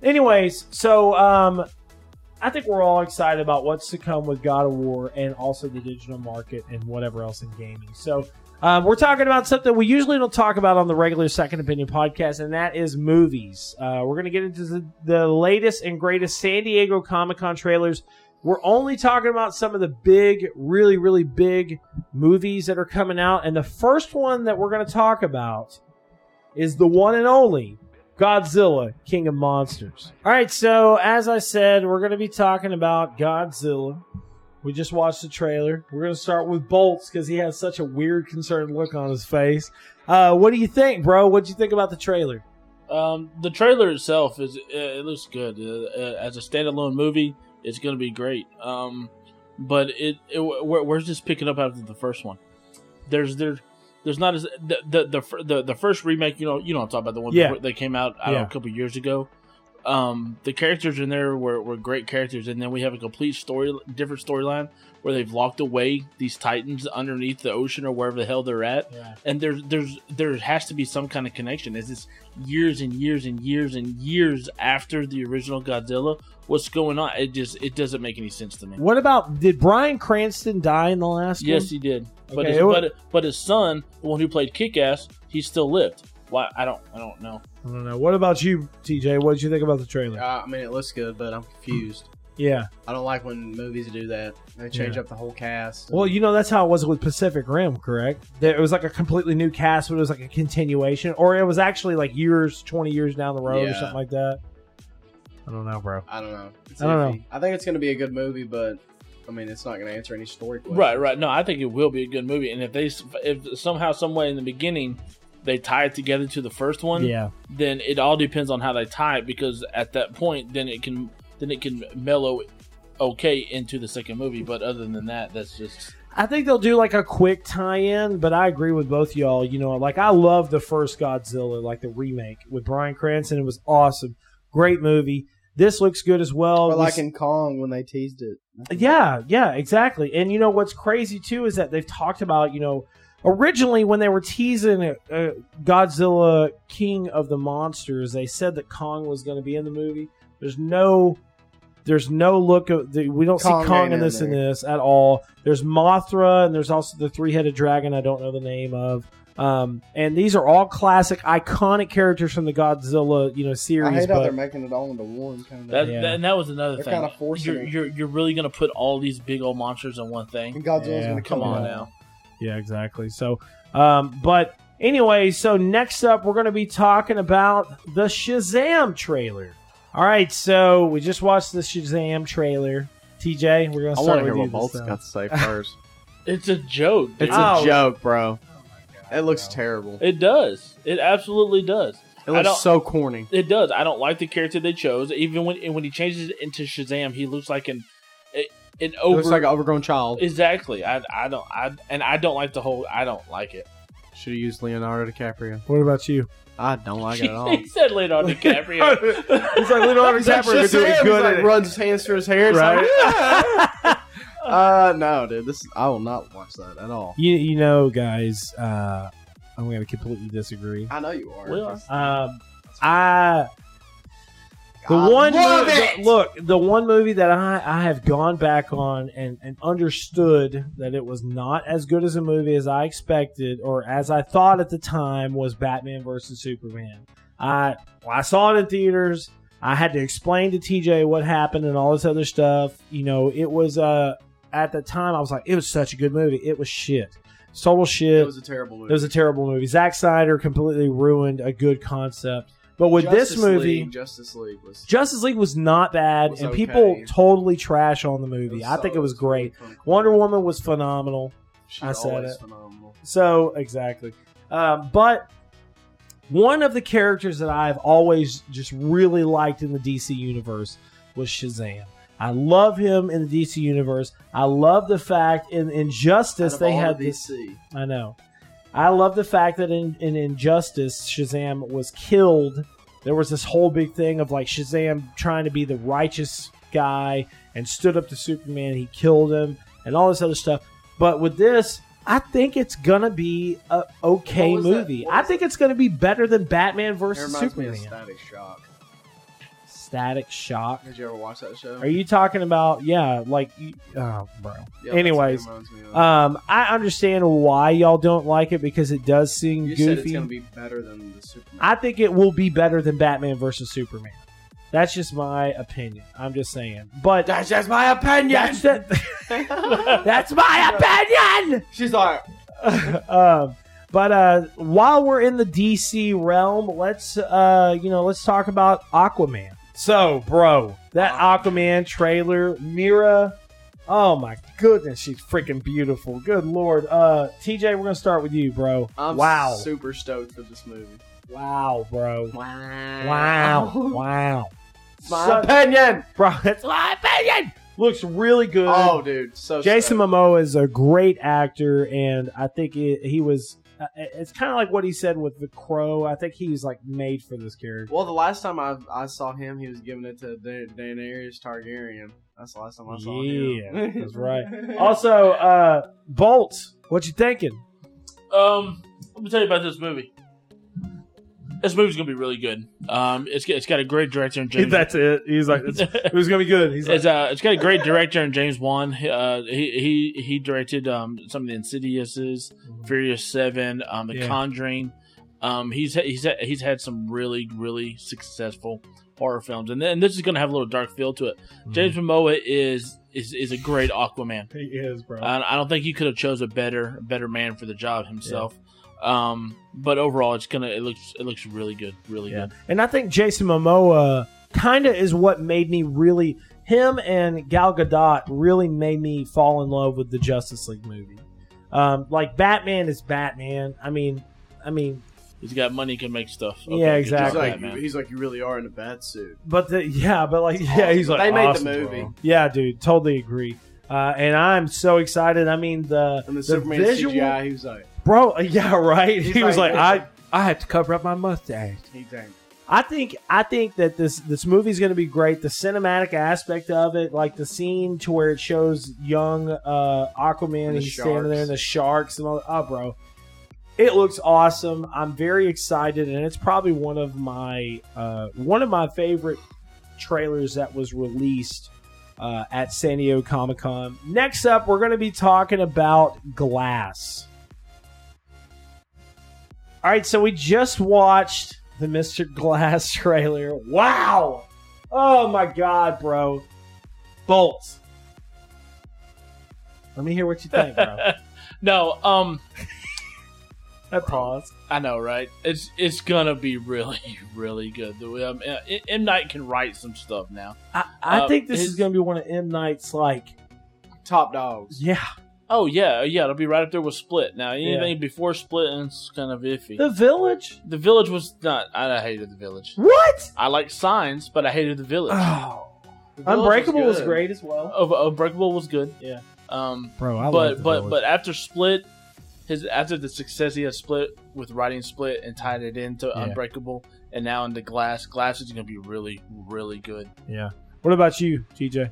[SPEAKER 1] anyways, so um, I think we're all excited about what's to come with God of War and also the digital market and whatever else in gaming. So, um, we're talking about something we usually don't talk about on the regular Second Opinion podcast, and that is movies. Uh, we're going to get into the, the latest and greatest San Diego Comic Con trailers. We're only talking about some of the big, really, really big movies that are coming out. And the first one that we're going to talk about is the one and only Godzilla, King of Monsters. All right, so as I said, we're going to be talking about Godzilla. We just watched the trailer. We're going to start with Bolts because he has such a weird, concerned look on his face. Uh, what do you think, bro? What'd you think about the trailer?
[SPEAKER 3] Um, the trailer itself is uh, it looks good uh, uh, as a standalone movie. It's going to be great. Um, but it, it we're, we're just picking up after the first one. There's there, there's not as the the the, fir- the, the first remake. You know you know what I'm talking about the one
[SPEAKER 1] Yeah.
[SPEAKER 3] before- that came out I don't know,
[SPEAKER 1] Yeah.
[SPEAKER 3] a couple years ago. Um, the characters in there were, were great characters, and then we have a complete story, different storyline where they've locked away these titans underneath the ocean or wherever the hell they're at
[SPEAKER 1] Yeah.
[SPEAKER 3] and there's there's there has to be some kind of connection. Is this years and years and years and years after the original Godzilla? What's going on? It just it doesn't make any sense to me.
[SPEAKER 1] What about did Brian Cranston die in the last
[SPEAKER 3] Yes,
[SPEAKER 1] one?
[SPEAKER 3] he did, but
[SPEAKER 1] Okay,
[SPEAKER 3] his,
[SPEAKER 1] it wa-
[SPEAKER 3] but but his son, the one who played Kick Ass, he still lived. Why? I don't I don't know.
[SPEAKER 1] I don't know. What about you, TJ? What did you think about the trailer?
[SPEAKER 2] Uh, I mean, it looks good, but I'm confused.
[SPEAKER 1] yeah.
[SPEAKER 2] I don't like when movies do that. They change
[SPEAKER 1] Yeah.
[SPEAKER 2] up the whole cast.
[SPEAKER 1] Well, you know that's how it was with Pacific Rim, correct? That it was like a completely new cast, but it was like a continuation, or it was actually like years, twenty years down the road, or
[SPEAKER 2] Yeah.
[SPEAKER 1] something like that. I don't know, bro.
[SPEAKER 2] I don't know. It's
[SPEAKER 1] I don't
[SPEAKER 2] iffy. I think it's going to be a good movie, but I mean, it's not going to answer any story questions.
[SPEAKER 3] Right, right. No, I think it will be a good movie, and if they s- if somehow some way in the beginning they tie it together to the first one,
[SPEAKER 1] Yeah,
[SPEAKER 3] then it all depends on how they tie it because at that point then it can then it can mellow okay into the second movie but other than that that's just
[SPEAKER 1] I think they'll do like a quick tie-in, but I agree with both y'all. You know, like I love the first Godzilla, like the remake with Brian Cranston. It was awesome, great movie. This looks good as well.
[SPEAKER 5] But
[SPEAKER 1] We
[SPEAKER 5] like in Kong when they teased it.
[SPEAKER 1] Yeah, yeah, exactly. And you know what's crazy too is that they've talked about you know originally when they were teasing uh, Godzilla King of the Monsters, they said that Kong was going to be in the movie. There's no, there's no look of the, we don't
[SPEAKER 5] Kong
[SPEAKER 1] see Kong
[SPEAKER 5] ain't in
[SPEAKER 1] in this and
[SPEAKER 5] there.
[SPEAKER 1] this at all. There's Mothra and there's also the three headed dragon. I don't know the name of. Um, and these are all classic, iconic characters from the Godzilla, you know, series.
[SPEAKER 5] I hate
[SPEAKER 1] but
[SPEAKER 5] how they're making it all into one kind of.
[SPEAKER 3] that,
[SPEAKER 1] Yeah.
[SPEAKER 3] that- and that was another
[SPEAKER 5] They're
[SPEAKER 3] thing
[SPEAKER 5] kinda forcing
[SPEAKER 3] you're,
[SPEAKER 5] it.
[SPEAKER 3] you're you're really gonna put all these big old monsters in one thing
[SPEAKER 5] and Godzilla's
[SPEAKER 1] Yeah.
[SPEAKER 5] gonna
[SPEAKER 3] come
[SPEAKER 5] kill
[SPEAKER 3] on
[SPEAKER 5] it.
[SPEAKER 3] now
[SPEAKER 1] Yeah, exactly. So, um, but anyway, so next up, we're going to be talking about the Shazam trailer. All right, so we just watched the Shazam trailer. TJ, we're going to
[SPEAKER 2] I
[SPEAKER 1] start with
[SPEAKER 2] want to hear
[SPEAKER 1] you
[SPEAKER 2] what
[SPEAKER 1] this
[SPEAKER 2] Bolt's
[SPEAKER 1] time.
[SPEAKER 2] got to say first.
[SPEAKER 3] it's a joke dude.
[SPEAKER 2] it's a
[SPEAKER 1] Oh.
[SPEAKER 2] joke, bro. It looks terrible.
[SPEAKER 3] it does it absolutely does
[SPEAKER 2] It
[SPEAKER 3] I don't-
[SPEAKER 2] looks so corny.
[SPEAKER 3] It does. I don't like the character they chose. Even when and when he changes it into Shazam, he looks like an an
[SPEAKER 2] It
[SPEAKER 3] over
[SPEAKER 2] looks like an overgrown child.
[SPEAKER 3] exactly. I I don't I and I don't like the whole. I don't like it.
[SPEAKER 2] Should have used Leonardo DiCaprio.
[SPEAKER 1] What about you?
[SPEAKER 2] I don't like it at all.
[SPEAKER 3] he said Leonardo DiCaprio.
[SPEAKER 2] He's like Leonardo DiCaprio could do it good. Like, runs his hands through his hair, right? uh, no, dude. This I will not watch that at all.
[SPEAKER 1] You, you know, guys, uh, I'm going to completely disagree.
[SPEAKER 2] I know you are.
[SPEAKER 3] We are.
[SPEAKER 1] Um, I The
[SPEAKER 2] I
[SPEAKER 1] one
[SPEAKER 2] love
[SPEAKER 1] movie,
[SPEAKER 2] it!
[SPEAKER 1] the- look, the one movie that I, I have gone back on and, and understood that it was not as good as a movie as I expected or as I thought at the time was Batman versus Superman. I well, I saw it in theaters. I had to explain to TJ what happened and all this other stuff. You know, it was uh at the time I was like, it was such a good movie. It was shit. Total shit.
[SPEAKER 2] It was a terrible movie.
[SPEAKER 1] It was a terrible movie. Zack Snyder completely ruined a good concept. But with this
[SPEAKER 2] Justice
[SPEAKER 1] movie,
[SPEAKER 2] League- Justice League was.
[SPEAKER 1] Justice League was not bad,
[SPEAKER 2] Was
[SPEAKER 1] and
[SPEAKER 2] okay.
[SPEAKER 1] people totally trash on the
[SPEAKER 2] it
[SPEAKER 1] movie.
[SPEAKER 2] was
[SPEAKER 1] I think
[SPEAKER 2] solid.
[SPEAKER 1] it was great.
[SPEAKER 2] really fun.
[SPEAKER 1] Wonder Woman was phenomenal.
[SPEAKER 2] She's
[SPEAKER 1] I said
[SPEAKER 2] always
[SPEAKER 1] it.
[SPEAKER 2] phenomenal.
[SPEAKER 1] So exactly, um, but one of the characters that I've always just really liked in the DC universe was Shazam. I love him in the DC universe. I love the fact in Injustice
[SPEAKER 2] Out of
[SPEAKER 1] they
[SPEAKER 2] all
[SPEAKER 1] had
[SPEAKER 2] the
[SPEAKER 1] this.
[SPEAKER 2] DC.
[SPEAKER 1] I know. I love the fact that in, in Injustice, Shazam was killed. There was this whole big thing of like Shazam trying to be the righteous guy and stood up to Superman. He killed him and all this other stuff. But with this, I think it's gonna be a okay
[SPEAKER 2] What was that?
[SPEAKER 1] movie.
[SPEAKER 2] What
[SPEAKER 1] I
[SPEAKER 2] was
[SPEAKER 1] think it's gonna be better than Batman
[SPEAKER 2] It
[SPEAKER 1] versus
[SPEAKER 2] reminds me
[SPEAKER 1] Superman.
[SPEAKER 2] of Static Shock.
[SPEAKER 1] Static Shock.
[SPEAKER 2] Did you ever watch that show?
[SPEAKER 1] Are you talking about yeah? Like, you- oh, bro.
[SPEAKER 2] Yeah, that's what it
[SPEAKER 1] anyways,
[SPEAKER 2] reminds me of.
[SPEAKER 1] Um, I understand why y'all don't like it because it does seem
[SPEAKER 2] you
[SPEAKER 1] goofy.
[SPEAKER 2] said it's gonna be better than the Superman.
[SPEAKER 1] I think it will be better than Batman versus Superman. That's just my opinion. I'm just saying. But
[SPEAKER 2] that's just my opinion.
[SPEAKER 1] that's the, that's my opinion.
[SPEAKER 2] She's like,
[SPEAKER 1] um, but uh, while we're in the DC realm, let's uh, you know let's talk about Aquaman. So, bro, that Aquaman trailer, Mira. Oh my goodness, she's freaking beautiful. Good lord, uh, TJ, we're gonna start with you, bro.
[SPEAKER 2] I'm
[SPEAKER 1] wow,
[SPEAKER 2] super stoked for this movie.
[SPEAKER 1] wow, bro,
[SPEAKER 2] Wow,
[SPEAKER 1] wow, wow.
[SPEAKER 2] my
[SPEAKER 1] Such-
[SPEAKER 2] opinion.
[SPEAKER 1] bro. That's my opinion. Looks really good.
[SPEAKER 2] Oh, dude, so
[SPEAKER 1] Jason
[SPEAKER 2] stoked.
[SPEAKER 1] Momoa is a great actor, and I think it, he was. uh, It's kind of like what he said with the Crow. I think he's like made for this character.
[SPEAKER 2] Well, the last time I I saw him, he was giving it to da- Daenerys Targaryen. That's the last time I saw
[SPEAKER 1] Yeah,
[SPEAKER 2] him.
[SPEAKER 1] that's right. Also, uh, Bolt, what you thinking?
[SPEAKER 3] Um, let me tell you about this movie. This movie's gonna be really good. Um, it's got- it's got a great director in James.
[SPEAKER 1] it. He's like, it was gonna be good. He's
[SPEAKER 3] it's uh, it's got a great director in James Wan. Uh, he he he directed um some of the Insidiouses, Furious Seven, um, The
[SPEAKER 1] Yeah.
[SPEAKER 3] Conjuring. Um, he's ha- he's ha- he's had some really really successful horror films, and then this is gonna have a little dark feel to it.
[SPEAKER 1] Mm-hmm.
[SPEAKER 3] James Momoa is is is a great Aquaman.
[SPEAKER 1] he is, bro.
[SPEAKER 3] I, I don't think you could have chose a better a better man for the job himself. Um, but overall, it's gonna it looks it looks really good, really
[SPEAKER 1] Yeah.
[SPEAKER 3] good.
[SPEAKER 1] And I think Jason Momoa kind of is what made me really him and Gal Gadot really made me fall in love with the Justice League movie. Um, like Batman is Batman. I mean, I mean,
[SPEAKER 3] He's got money, he can make stuff.
[SPEAKER 1] Yeah,
[SPEAKER 3] good job,
[SPEAKER 2] He's
[SPEAKER 1] exactly.
[SPEAKER 2] like,
[SPEAKER 3] Batman.
[SPEAKER 2] he's like, you really are in a bad suit.
[SPEAKER 1] but the, yeah, but like yeah, he's like
[SPEAKER 2] They made the
[SPEAKER 1] awesome,
[SPEAKER 2] movie.
[SPEAKER 1] bro. Yeah, dude, totally agree. Uh, and I'm so excited. I mean, the
[SPEAKER 2] And the,
[SPEAKER 1] the
[SPEAKER 2] Superman
[SPEAKER 1] visual,
[SPEAKER 2] CGI, he was like,
[SPEAKER 1] bro. Yeah, right.
[SPEAKER 2] He's
[SPEAKER 1] he was
[SPEAKER 2] like-
[SPEAKER 1] like, I I have to cover up my mustache.
[SPEAKER 2] he dang.
[SPEAKER 1] I think I think that this this movie is going to be great. The cinematic aspect of it, like the scene to where it shows young uh, Aquaman,
[SPEAKER 2] And the
[SPEAKER 1] he's standing there,
[SPEAKER 2] sharks.
[SPEAKER 1] and the sharks and all. that. Oh, bro, it looks awesome. I'm very excited, and it's probably one of my uh, one of my favorite trailers that was released uh, at San Diego Comic Con. Next up, we're going to be talking about Glass. All right, so we just watched the Mr. Glass trailer. Wow! Oh my god, bro. Bolts. Let me hear what you think, bro.
[SPEAKER 3] no, um,
[SPEAKER 1] that pause.
[SPEAKER 3] I know, right? It's it's gonna be really really good. The way- Um, M- M Night can write some stuff now.
[SPEAKER 1] I, I
[SPEAKER 3] Uh,
[SPEAKER 1] think this
[SPEAKER 3] his-
[SPEAKER 1] is going to be one of M Night's like,
[SPEAKER 2] Top dogs.
[SPEAKER 1] yeah.
[SPEAKER 3] Oh yeah, yeah, it'll be right up there with Split. Now anything
[SPEAKER 1] Yeah.
[SPEAKER 3] before Split is kind of iffy.
[SPEAKER 1] The
[SPEAKER 3] The,
[SPEAKER 1] Village.
[SPEAKER 3] Village was not. I, hated The Village.
[SPEAKER 1] What?
[SPEAKER 3] I liked Signs, but I hated The Village.
[SPEAKER 1] Oh,
[SPEAKER 2] The Village
[SPEAKER 1] Unbreakable was
[SPEAKER 2] good.
[SPEAKER 1] great as well,
[SPEAKER 3] Over Unbreakable was good.
[SPEAKER 1] Yeah.
[SPEAKER 3] Um,
[SPEAKER 1] bro. I
[SPEAKER 3] but but but after Split, his after the success he has Split with writing Split and tied it into
[SPEAKER 1] Yeah.
[SPEAKER 3] Unbreakable and now into Glass. Glass is gonna be really really good.
[SPEAKER 1] what about you, TJ?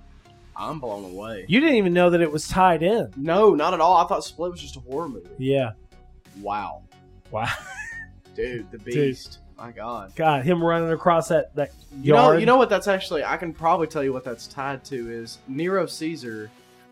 [SPEAKER 2] I'm blown away.
[SPEAKER 1] You didn't even know that it was tied in.
[SPEAKER 2] No, not at all. I thought Split was just a horror movie.
[SPEAKER 1] Yeah.
[SPEAKER 2] Wow,
[SPEAKER 1] Wow.
[SPEAKER 2] dude, the Beast. My God.
[SPEAKER 1] God, him running across that that yard.
[SPEAKER 2] You know, you know what that's actually, I can probably tell you what that's tied to is Nero Caesar,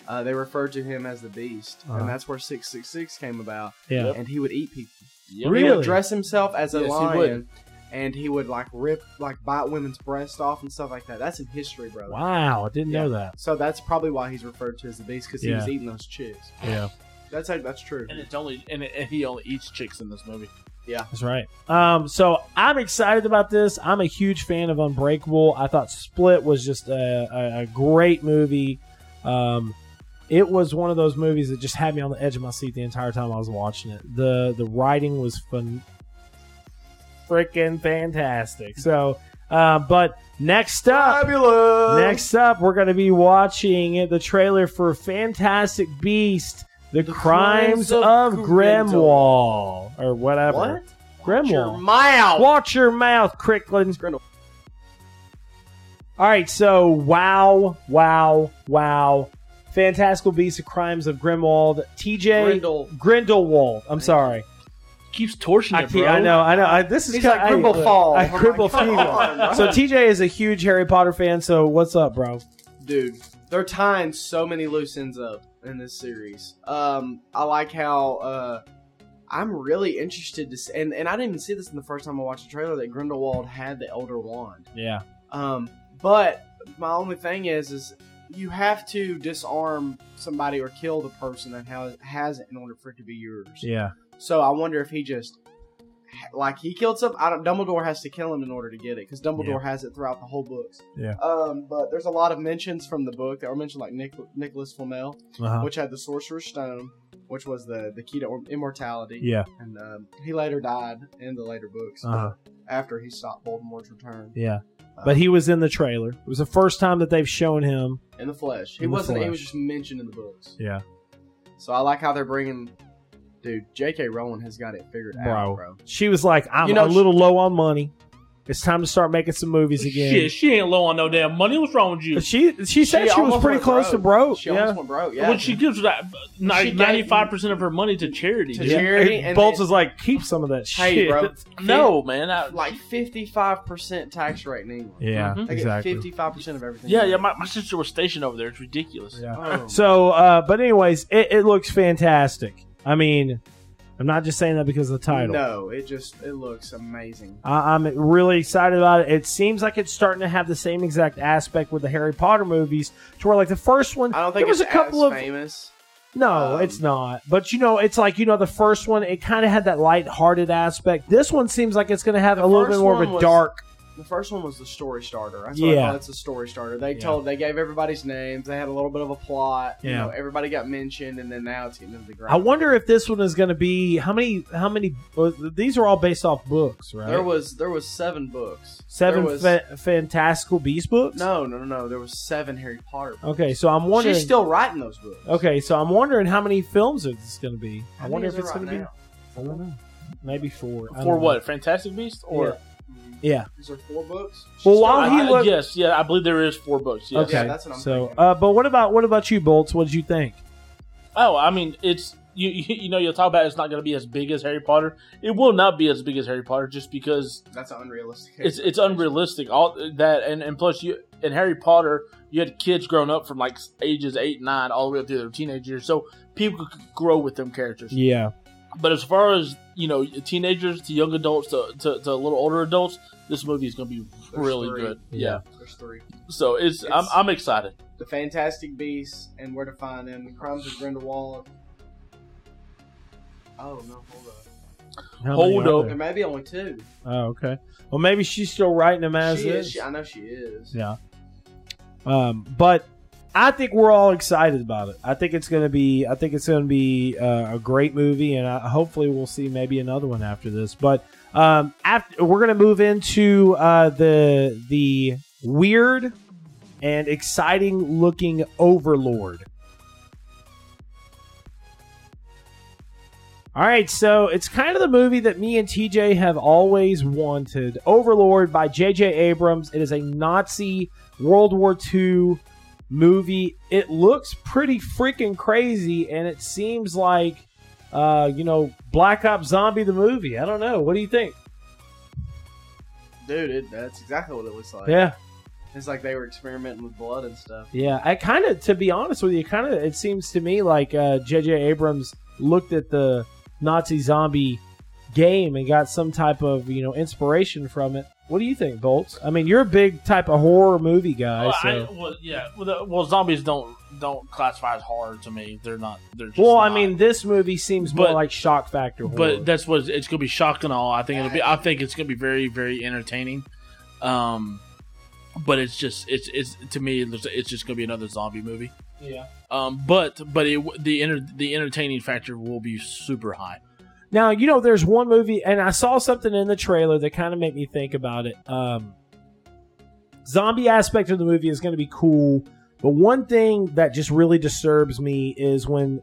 [SPEAKER 2] uh, they referred to him as the beast.
[SPEAKER 1] Uh-huh.
[SPEAKER 2] And that's where 666 came about.
[SPEAKER 1] yeah.
[SPEAKER 2] And he would eat people.
[SPEAKER 3] Yep.
[SPEAKER 1] Really?
[SPEAKER 2] He would dress himself as a
[SPEAKER 3] Yes, he
[SPEAKER 2] lion.
[SPEAKER 3] would.
[SPEAKER 2] and he would like rip, like bite women's breast off and stuff like that. That's in history, brother.
[SPEAKER 1] Wow, I didn't know that.
[SPEAKER 2] So that's probably why he's referred to as the beast because he was
[SPEAKER 1] Yeah.
[SPEAKER 2] eating those chicks.
[SPEAKER 1] Yeah,
[SPEAKER 2] That's how, that's true.
[SPEAKER 3] And it's only and, it, and he only eats chicks in this movie.
[SPEAKER 1] that's right. Um, so I'm excited about this. I'm a huge fan of Unbreakable. I thought Split was just a, a, a great movie. Um, it was one of those movies that just had me on the edge of my seat the entire time I was watching it. the The writing was fun, freaking fantastic. So, uh, but next up,
[SPEAKER 2] Fabulous.
[SPEAKER 1] Next up, we're going to be watching the trailer for Fantastic Beast: The, Crimes,
[SPEAKER 2] Crimes of
[SPEAKER 1] of,
[SPEAKER 2] Grindelwald.
[SPEAKER 1] Grimoire, or whatever.
[SPEAKER 2] What?
[SPEAKER 1] Grimoire.
[SPEAKER 2] Your mouth.
[SPEAKER 1] Watch your mouth, Cricklin.
[SPEAKER 2] Grindel.
[SPEAKER 1] All right, so wow, wow, wow! Fantastical Beasts: The Crimes of Grimwald. TJ
[SPEAKER 2] Grindel.
[SPEAKER 1] Grindelwald. I'm sorry.
[SPEAKER 3] Keeps torching
[SPEAKER 1] I,
[SPEAKER 3] it, bro.
[SPEAKER 1] can't, I know. I know. I, this is
[SPEAKER 2] He's
[SPEAKER 1] kinda-
[SPEAKER 2] like Grimble
[SPEAKER 1] I,
[SPEAKER 2] Fall.
[SPEAKER 1] I,
[SPEAKER 2] I'm like,
[SPEAKER 1] Grimble
[SPEAKER 2] come
[SPEAKER 1] Fall.
[SPEAKER 2] on.
[SPEAKER 1] So TJ is a huge Harry Potter fan. So what's up, bro?
[SPEAKER 2] dude they're tying so many loose ends up in this series um i like how uh i'm really interested to s and, and i didn't even see this in the first time i watched the trailer that grindelwald had the elder wand
[SPEAKER 1] Yeah.
[SPEAKER 2] um but my only thing is is you have to disarm somebody or kill the person that ha- has it in order for it to be yours
[SPEAKER 1] Yeah.
[SPEAKER 2] so i wonder if he just like he killed some i don't dumbledore has to kill him in order to get it because dumbledore has it throughout the whole books
[SPEAKER 1] Yeah.
[SPEAKER 2] um but there's a lot of mentions from the book that were mentioned like Nic- nicholas flamel
[SPEAKER 1] Uh-huh.
[SPEAKER 2] which had the sorcerer's stone which was the the key to or- immortality
[SPEAKER 1] Yeah.
[SPEAKER 2] and um, he later died in the later books
[SPEAKER 1] Uh-huh.
[SPEAKER 2] after he stopped voldemort's return
[SPEAKER 1] Yeah.
[SPEAKER 2] Uh,
[SPEAKER 1] But he was in the trailer. It was the first time that they've shown him.
[SPEAKER 2] in the flesh he
[SPEAKER 1] In the
[SPEAKER 2] wasn't he
[SPEAKER 1] flesh.
[SPEAKER 2] was just mentioned in the books
[SPEAKER 1] Yeah.
[SPEAKER 2] so i like how they're bringing dude jk rowling has got it figured out bro
[SPEAKER 1] She was like, I'm
[SPEAKER 2] You know,
[SPEAKER 1] a little low on money. It's time to start making some movies again.
[SPEAKER 3] Shit, she ain't low on no damn money. What's wrong with you?
[SPEAKER 1] But she she said she, was
[SPEAKER 2] almost
[SPEAKER 1] pretty
[SPEAKER 2] went
[SPEAKER 1] close to broke.
[SPEAKER 2] She
[SPEAKER 1] yeah.
[SPEAKER 2] almost went broke. Yeah.
[SPEAKER 3] When she gives that
[SPEAKER 2] She gave-
[SPEAKER 3] ninety five percent of her money to charity.
[SPEAKER 2] To
[SPEAKER 3] dude.
[SPEAKER 1] yeah.
[SPEAKER 2] charity
[SPEAKER 1] And
[SPEAKER 2] and
[SPEAKER 1] Bolts
[SPEAKER 2] then-
[SPEAKER 1] is like, keep some of that
[SPEAKER 2] hey,
[SPEAKER 1] shit.
[SPEAKER 2] bro.
[SPEAKER 3] No, man. I,
[SPEAKER 2] Like fifty-five percent tax rate in England.
[SPEAKER 1] Yeah,
[SPEAKER 3] Mhm.
[SPEAKER 2] They
[SPEAKER 1] exactly.
[SPEAKER 2] get fifty-five percent of everything.
[SPEAKER 3] yeah, yeah. My, my sister was stationed over there. It's ridiculous.
[SPEAKER 1] Yeah.
[SPEAKER 2] Oh,
[SPEAKER 1] So, uh, but anyways, it, it looks fantastic. I mean, I'm not just saying that because of the title.
[SPEAKER 2] No, it just it looks amazing.
[SPEAKER 1] I, I'm really excited about it. It seems like it's starting to have the same exact aspect with the Harry Potter movies, to where like the first one,
[SPEAKER 2] I don't think
[SPEAKER 1] there was
[SPEAKER 2] it's
[SPEAKER 1] a couple
[SPEAKER 2] as
[SPEAKER 1] of
[SPEAKER 2] famous.
[SPEAKER 1] no,
[SPEAKER 2] um,
[SPEAKER 1] it's not. But you know, it's like you know the first one, it kind of had that light-hearted aspect. This one seems like it's going to have a
[SPEAKER 2] The
[SPEAKER 1] little bit
[SPEAKER 2] first
[SPEAKER 1] more of
[SPEAKER 2] one
[SPEAKER 1] a
[SPEAKER 2] was-
[SPEAKER 1] dark.
[SPEAKER 2] The first one was the story starter. That's what I
[SPEAKER 1] Yeah.
[SPEAKER 2] thought. It's a story starter. They
[SPEAKER 1] Yeah.
[SPEAKER 2] told they gave everybody's names. They had a little bit of a plot. You
[SPEAKER 1] Yeah.
[SPEAKER 2] know, everybody got mentioned, and then now it's getting into the ground.
[SPEAKER 1] I wonder if this one is going to be how many? How many? well, These are all based off books, right?
[SPEAKER 2] There was there was seven books.
[SPEAKER 1] seven
[SPEAKER 2] There was,
[SPEAKER 1] fa- fantastical beast books.
[SPEAKER 2] no, no, no, no. There was seven Harry Potter. Books.
[SPEAKER 1] Okay, so I'm wondering.
[SPEAKER 2] She's still writing those books.
[SPEAKER 1] okay, so I'm wondering how many films is this going to be? I
[SPEAKER 2] How many
[SPEAKER 1] wonder
[SPEAKER 2] is
[SPEAKER 1] if
[SPEAKER 2] there
[SPEAKER 1] it's
[SPEAKER 2] right
[SPEAKER 1] going to be.
[SPEAKER 2] now?
[SPEAKER 1] I don't know. Maybe four. I don't know.
[SPEAKER 3] For what? Fantastic Beast or?
[SPEAKER 2] Mhm.
[SPEAKER 1] Yeah.
[SPEAKER 2] Is there four books?
[SPEAKER 1] Well,
[SPEAKER 2] She's
[SPEAKER 1] while Oh, he
[SPEAKER 2] still
[SPEAKER 3] I-
[SPEAKER 2] writing.
[SPEAKER 1] was-
[SPEAKER 3] yes, yeah, I believe there is four books. Yes.
[SPEAKER 1] Okay.
[SPEAKER 2] Yeah, that's what I'm
[SPEAKER 1] so,
[SPEAKER 2] thinking.
[SPEAKER 1] uh, but what about what about you, Bolts? What did you think?
[SPEAKER 3] Oh, I mean, it's you. You you know, you'll talk about it's not going to be as big as Harry Potter. It will not be as big as Harry Potter just because
[SPEAKER 2] That's an unrealistic.
[SPEAKER 3] it's it's unrealistic. All that and and plus you in Harry Potter you had kids growing up from like ages eight nine all the way up to their teenage years, so people could grow with them characters.
[SPEAKER 1] Yeah,
[SPEAKER 3] But as far as you know, teenagers to young adults to to, to a little older adults, this movie is going to be
[SPEAKER 2] There's
[SPEAKER 3] really
[SPEAKER 2] three.
[SPEAKER 3] good. Yeah.
[SPEAKER 2] There's three.
[SPEAKER 3] So it's, I'm
[SPEAKER 2] It's-
[SPEAKER 3] I'm excited.
[SPEAKER 2] The Fantastic Beasts and Where to Find Them, The Crimes of Grindelwald. Oh no, hold up.
[SPEAKER 1] How
[SPEAKER 3] Hold
[SPEAKER 1] many are
[SPEAKER 3] up.
[SPEAKER 2] There
[SPEAKER 1] there?
[SPEAKER 2] may be only two.
[SPEAKER 1] Oh, okay. Well, maybe she's still writing them as
[SPEAKER 2] She is.
[SPEAKER 1] is.
[SPEAKER 2] She, I know she is.
[SPEAKER 1] Yeah. Um, but I think we're all excited about it. I think it's going to be. I think it's going to be uh, a great movie, and I, hopefully we'll see maybe another one after this. But um, after we're going to move into uh, the the weird and exciting looking Overlord. All right, so it's kind of the movie that me and TJ have always wanted. Overlord by J.J. Abrams. It is a Nazi World War II movie. It looks pretty freaking crazy, and it seems like, uh, you know, Black Ops Zombie the movie. I don't know. What do you think?
[SPEAKER 2] dude, it, that's exactly what it looks like.
[SPEAKER 1] Yeah,
[SPEAKER 2] It's like they were experimenting with blood and stuff.
[SPEAKER 1] yeah. I kind of, to be honest with you, kind of. It seems to me like uh, J.J. Abrams looked at the Nazi zombie game and got some type of you know inspiration from it. What do you think, Bolts? I mean, you're a big type of horror movie guy.
[SPEAKER 3] Well,
[SPEAKER 1] so.
[SPEAKER 3] Oh, I, well, yeah. Well, the, well, zombies don't don't classify as horror to me. They're not. They're just
[SPEAKER 1] Well, I
[SPEAKER 3] not.
[SPEAKER 1] mean, this movie seems more
[SPEAKER 3] But-
[SPEAKER 1] like shock factor. horror.
[SPEAKER 3] but that's what it's going to be shocking all. I think it'll be. I think it's going to be very very entertaining. Um, but it's just it's it's to me it's it's just going to be another zombie movie.
[SPEAKER 1] Yeah.
[SPEAKER 3] Um, but but it, w- the enter, the entertaining factor will be super high.
[SPEAKER 1] now you know there's one movie, and I saw something in the trailer that kind of made me think about it. Um, zombie aspect of the movie is going to be cool, but one thing that just really disturbs me is when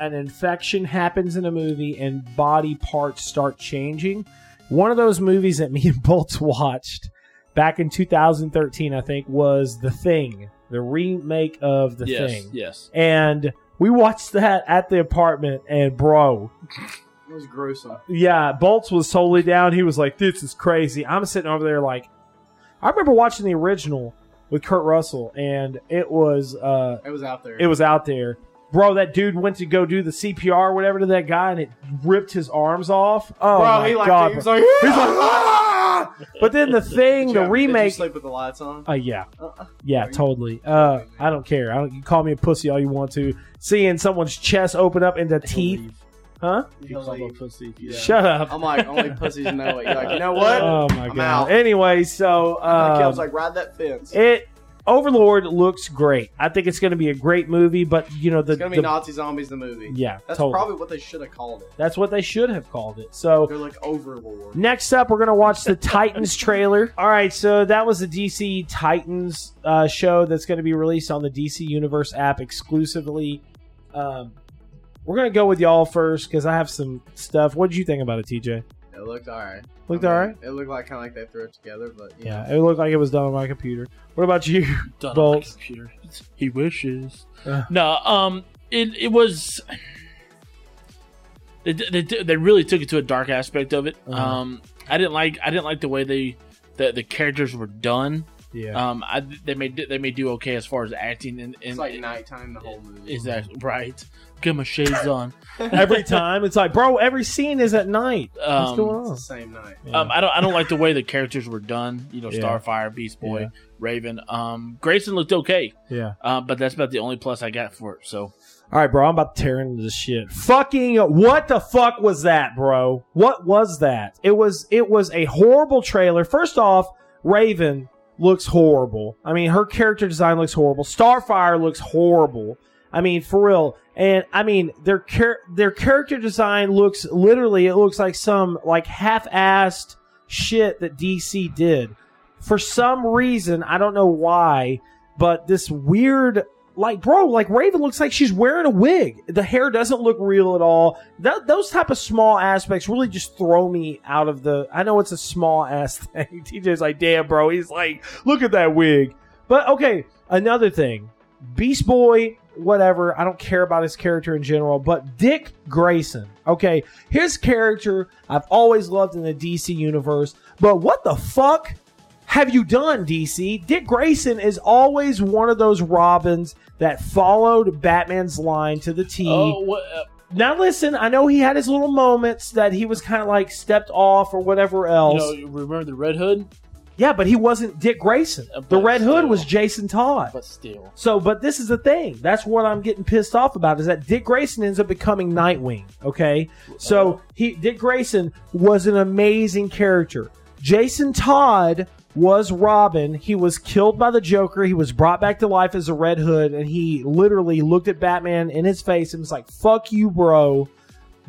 [SPEAKER 1] an infection happens in a movie and body parts start changing. One of those movies that me and Bolts watched back in 2013, I think, was The Thing, the remake of The
[SPEAKER 3] yes,
[SPEAKER 1] Thing.
[SPEAKER 3] yes.
[SPEAKER 1] and we watched that at the apartment and bro
[SPEAKER 2] It was gruesome.
[SPEAKER 1] yeah bolts was totally down he was like this is crazy i'm sitting over there like i remember watching the original with kurt russell and it was uh
[SPEAKER 2] It was out there.
[SPEAKER 1] it was out there bro that dude went to go do the cpr or whatever to that guy and it ripped his arms off oh
[SPEAKER 2] Bro,
[SPEAKER 1] my
[SPEAKER 2] he like
[SPEAKER 1] god
[SPEAKER 2] he was like, "Ah!" Did
[SPEAKER 1] but then the thing
[SPEAKER 2] you-
[SPEAKER 1] the
[SPEAKER 2] did you
[SPEAKER 1] remake
[SPEAKER 2] sleep with the lights on.
[SPEAKER 1] uh, yeah
[SPEAKER 2] Uh-uh.
[SPEAKER 1] Yeah,
[SPEAKER 2] Are you-
[SPEAKER 1] totally. Uh, I don't care. I don't, you call me a pussy all you want to. Seeing someone's chest open up into teeth, huh?
[SPEAKER 3] If you call a pussy, if you-
[SPEAKER 2] Yeah.
[SPEAKER 1] Shut up.
[SPEAKER 2] I'm like, only pussies know it. You're like, you know what?
[SPEAKER 1] Oh my
[SPEAKER 2] I'm
[SPEAKER 1] god.
[SPEAKER 2] out.
[SPEAKER 1] Anyway, so
[SPEAKER 2] like, I
[SPEAKER 1] um,
[SPEAKER 2] was like, ride that fence.
[SPEAKER 1] it Overlord looks great. I think it's going to be a great movie, but you know the,
[SPEAKER 2] it's gonna be
[SPEAKER 1] the-
[SPEAKER 2] Nazi zombies the movie.
[SPEAKER 1] yeah,
[SPEAKER 2] That's
[SPEAKER 1] totally.
[SPEAKER 2] probably what they should have called it.
[SPEAKER 1] That's what they should have called it. So
[SPEAKER 2] They're like Overlord.
[SPEAKER 1] Next up, we're going to watch the Titans trailer. All right, so that was the DC Titans uh, show that's going to be released on the DC Universe app exclusively. Um, we're going to go with y'all first because I have some stuff. What did you think about it, TJ?
[SPEAKER 2] It looked alright.
[SPEAKER 1] Looked
[SPEAKER 2] I mean,
[SPEAKER 1] all right?
[SPEAKER 2] It looked like kind of like they threw it together, but you know.
[SPEAKER 1] Yeah, it looked like it was done on my computer. What about you?
[SPEAKER 3] Done on my
[SPEAKER 1] Bolts.
[SPEAKER 3] computer. He wishes.
[SPEAKER 1] Uh.
[SPEAKER 3] No, um, it it was. They, they, they really took it to a dark aspect of it.
[SPEAKER 1] Uh-huh.
[SPEAKER 3] Um, I didn't like I didn't like the way they the, the characters were done.
[SPEAKER 1] Yeah.
[SPEAKER 3] Um, I, they may do- they may do okay as far as acting and, and
[SPEAKER 2] It's like nighttime the whole movie.
[SPEAKER 3] is that right? Get my shades on.
[SPEAKER 1] every time, it's like, bro, every scene is at night. What's
[SPEAKER 3] Um,
[SPEAKER 1] going
[SPEAKER 2] It's
[SPEAKER 1] on?
[SPEAKER 2] the same night.
[SPEAKER 3] Um, I don't I don't like the way the characters were done. You know,
[SPEAKER 1] Yeah.
[SPEAKER 3] Starfire, Beast Boy,
[SPEAKER 1] Yeah.
[SPEAKER 3] Raven. Um, Grayson looked okay,
[SPEAKER 1] yeah.
[SPEAKER 3] uh, but that's about the only plus I got for it. So
[SPEAKER 1] All right, bro. I'm about to tear into this shit. Fucking what the fuck was that, bro? What was that? It was it was a horrible trailer. First off, Raven looks horrible. I mean, her character design looks horrible. Starfire looks horrible. I mean, for real. And I mean, their char- their character design looks literally it looks like some like half-assed shit that DC did. For some reason, I don't know why, but this weird like bro like raven looks like she's wearing a wig the hair doesn't look real at all Th- those type of small aspects really just throw me out of the i know it's a small ass thing tj's like damn bro he's like look at that wig but okay another thing beast boy whatever i don't care about his character in general but dick grayson okay his character i've always loved in the dc universe but what the fuck have you done, DC? Dick Grayson is always one of those Robins that followed Batman's line to the T.
[SPEAKER 3] oh, what, uh,
[SPEAKER 1] Now, listen, I know he had his little moments that he was kind of like stepped off or whatever else.
[SPEAKER 3] you know, you remember the Red Hood?
[SPEAKER 1] yeah, but he wasn't Dick Grayson.
[SPEAKER 3] Uh,
[SPEAKER 1] The
[SPEAKER 3] but
[SPEAKER 1] Red Hood
[SPEAKER 3] still.
[SPEAKER 1] was Jason Todd.
[SPEAKER 3] But still,
[SPEAKER 1] So, but this is the thing. That's what I'm getting pissed off about is that Dick Grayson ends up becoming Nightwing. Okay, so he Dick Grayson was an amazing character. Jason Todd was Robin. He was killed by the Joker. He was brought back to life as a Red Hood, and he literally looked at Batman in his face and was like, "Fuck you, bro."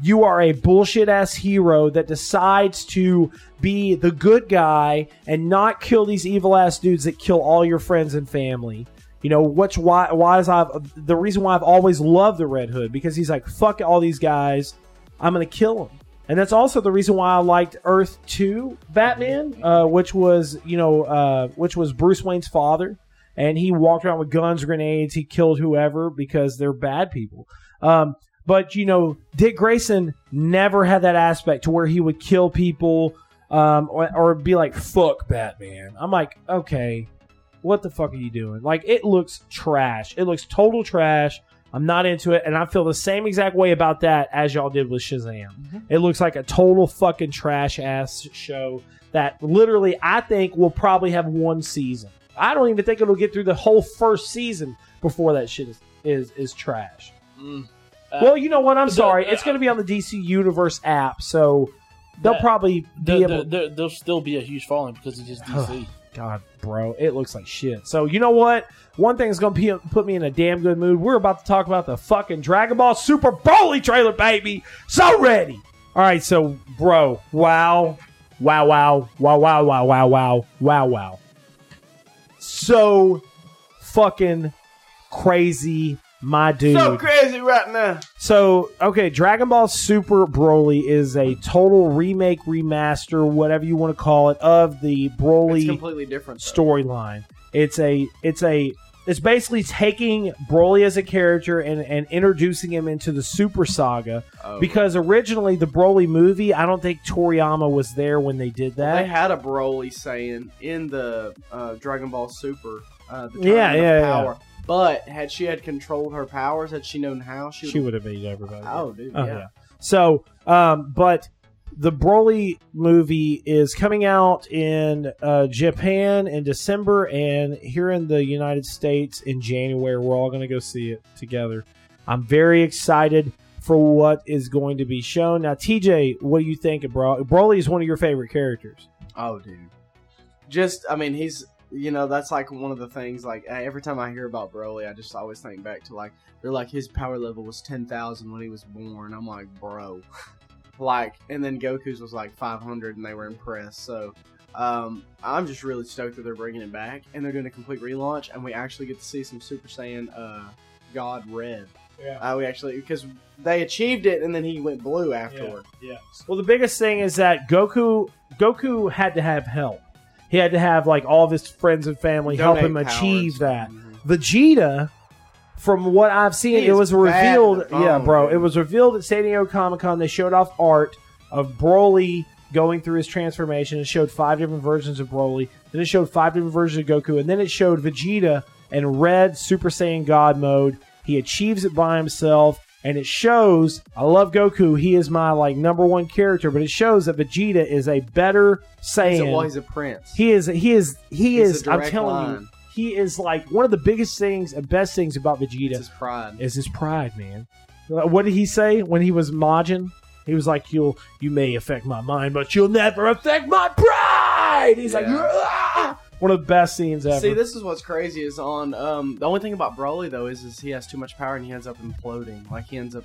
[SPEAKER 1] You are a bullshit ass hero that decides to be the good guy and not kill these evil ass dudes that kill all your friends and family. You know, what's why why is I've the reason why I've always loved the Red Hood because he's like fuck all these guys, I'm gonna kill them, and that's also the reason why I liked Earth Two Batman, uh, which was you know uh, which was Bruce Wayne's father, and he walked around with guns, grenades, he killed whoever because they're bad people. Um, but you know, Dick Grayson never had that aspect to where he would kill people. um, or, or be like, "Fuck Batman." I'm like, okay, what the fuck are you doing? Like, it looks trash. It looks total trash. I'm not into it, and I feel the same exact way about that as y'all did with Shazam.
[SPEAKER 3] Mm-hmm.
[SPEAKER 1] It looks like a total fucking trash ass show that literally I think will probably have one season. I don't even think it'll get through the whole first season before that shit is is, is trash.
[SPEAKER 3] Mm.
[SPEAKER 1] Well, you know what? I'm
[SPEAKER 3] the-
[SPEAKER 1] sorry.
[SPEAKER 3] the- uh,
[SPEAKER 1] It's going to be on the DC Universe app, so they'll
[SPEAKER 3] That-
[SPEAKER 1] probably
[SPEAKER 3] There,
[SPEAKER 1] be able.
[SPEAKER 3] there, there, there'll still be a huge following because it's just DC.
[SPEAKER 1] God, bro, it looks like shit. So you know what? One thing's going to put me in a damn good mood. We're about to talk about the fucking Dragon Ball Super Broly trailer, baby. So ready. All right, so bro, wow, wow, wow, wow, wow, wow, wow, wow, wow, wow. So fucking crazy, my dude.
[SPEAKER 2] So crazy right now.
[SPEAKER 1] So, okay, Dragon Ball Super Broly is a total remake, remaster, whatever you want to call it, of the
[SPEAKER 2] It's
[SPEAKER 1] Broly
[SPEAKER 2] completely different. though.
[SPEAKER 1] storyline. It's a it's a it's basically taking Broly as a character and, and introducing him into the Super Saga
[SPEAKER 2] Oh.
[SPEAKER 1] because originally the Broly movie, I don't think Toriyama was there when they did that.
[SPEAKER 2] they had a Broly saying in the uh, Dragon Ball Super, uh, the
[SPEAKER 1] Yeah,
[SPEAKER 2] Tournament of
[SPEAKER 1] yeah, yeah.
[SPEAKER 2] power. But had she had controlled her powers, had she known how, she,
[SPEAKER 1] she would
[SPEAKER 2] would.
[SPEAKER 1] have made everybody.
[SPEAKER 2] Oh, dude,
[SPEAKER 1] Oh,
[SPEAKER 2] yeah.
[SPEAKER 1] yeah. So, um, but the Broly movie is coming out in uh, Japan in December, and here in the United States in January. We're all going to go see it together. I'm very excited for what is going to be shown. Now, TJ, what do you think of Broly? Broly is one of your favorite characters.
[SPEAKER 2] Oh, dude. Just, I mean, he's, you know, that's like one of the things, like, eh, every time I hear about Broly, I just always think back to, like, they're like, his power level was 10,000 when he was born. I'm like, bro. like, and then Goku's was like 500 and they were impressed. So, um, I'm just really stoked that they're bringing it back and they're doing a complete relaunch and we actually get to see some Super Saiyan, uh, God Red.
[SPEAKER 1] Yeah.
[SPEAKER 2] Uh, we actually, because they achieved it and then he went blue afterward.
[SPEAKER 1] Yeah. Well, the biggest thing is that Goku Goku had to have help. He had to have like all of his friends and family help
[SPEAKER 2] Donate
[SPEAKER 1] him
[SPEAKER 2] powers.
[SPEAKER 1] achieve that.
[SPEAKER 2] Mhm.
[SPEAKER 1] Vegeta, from what I've seen,
[SPEAKER 2] He
[SPEAKER 1] it
[SPEAKER 2] is
[SPEAKER 1] was
[SPEAKER 2] bad in
[SPEAKER 1] revealed.
[SPEAKER 2] the phone,
[SPEAKER 1] Yeah, bro,
[SPEAKER 2] dude.
[SPEAKER 1] it was revealed at San Diego Comic Con. They showed off art of Broly going through his transformation. It showed five different versions of Broly. Then it showed five different versions of Goku, and then it showed Vegeta in Red Super Saiyan God mode. He achieves it by himself. And it shows. I love Goku. He is my like number one character, but it shows that Vegeta is a better
[SPEAKER 2] He's a,
[SPEAKER 1] Saiyan.
[SPEAKER 2] well, he's a prince.
[SPEAKER 1] He is. He is. He
[SPEAKER 2] It's a
[SPEAKER 1] is. I'm
[SPEAKER 2] direct
[SPEAKER 1] telling you,
[SPEAKER 2] line.
[SPEAKER 1] he is like one of the biggest things and best things about Vegeta
[SPEAKER 2] It's his pride.
[SPEAKER 1] is his pride, man. Like, What did he say when he was Majin? He was like, "You'll, you may affect my mind, but you'll never affect my pride." He's like,
[SPEAKER 2] Yeah.
[SPEAKER 1] "Ah!" one of the best scenes ever.
[SPEAKER 2] See, this is what's crazy is on. Um, the only thing about Broly though is, is he has too much power and he ends up imploding. Like he ends up,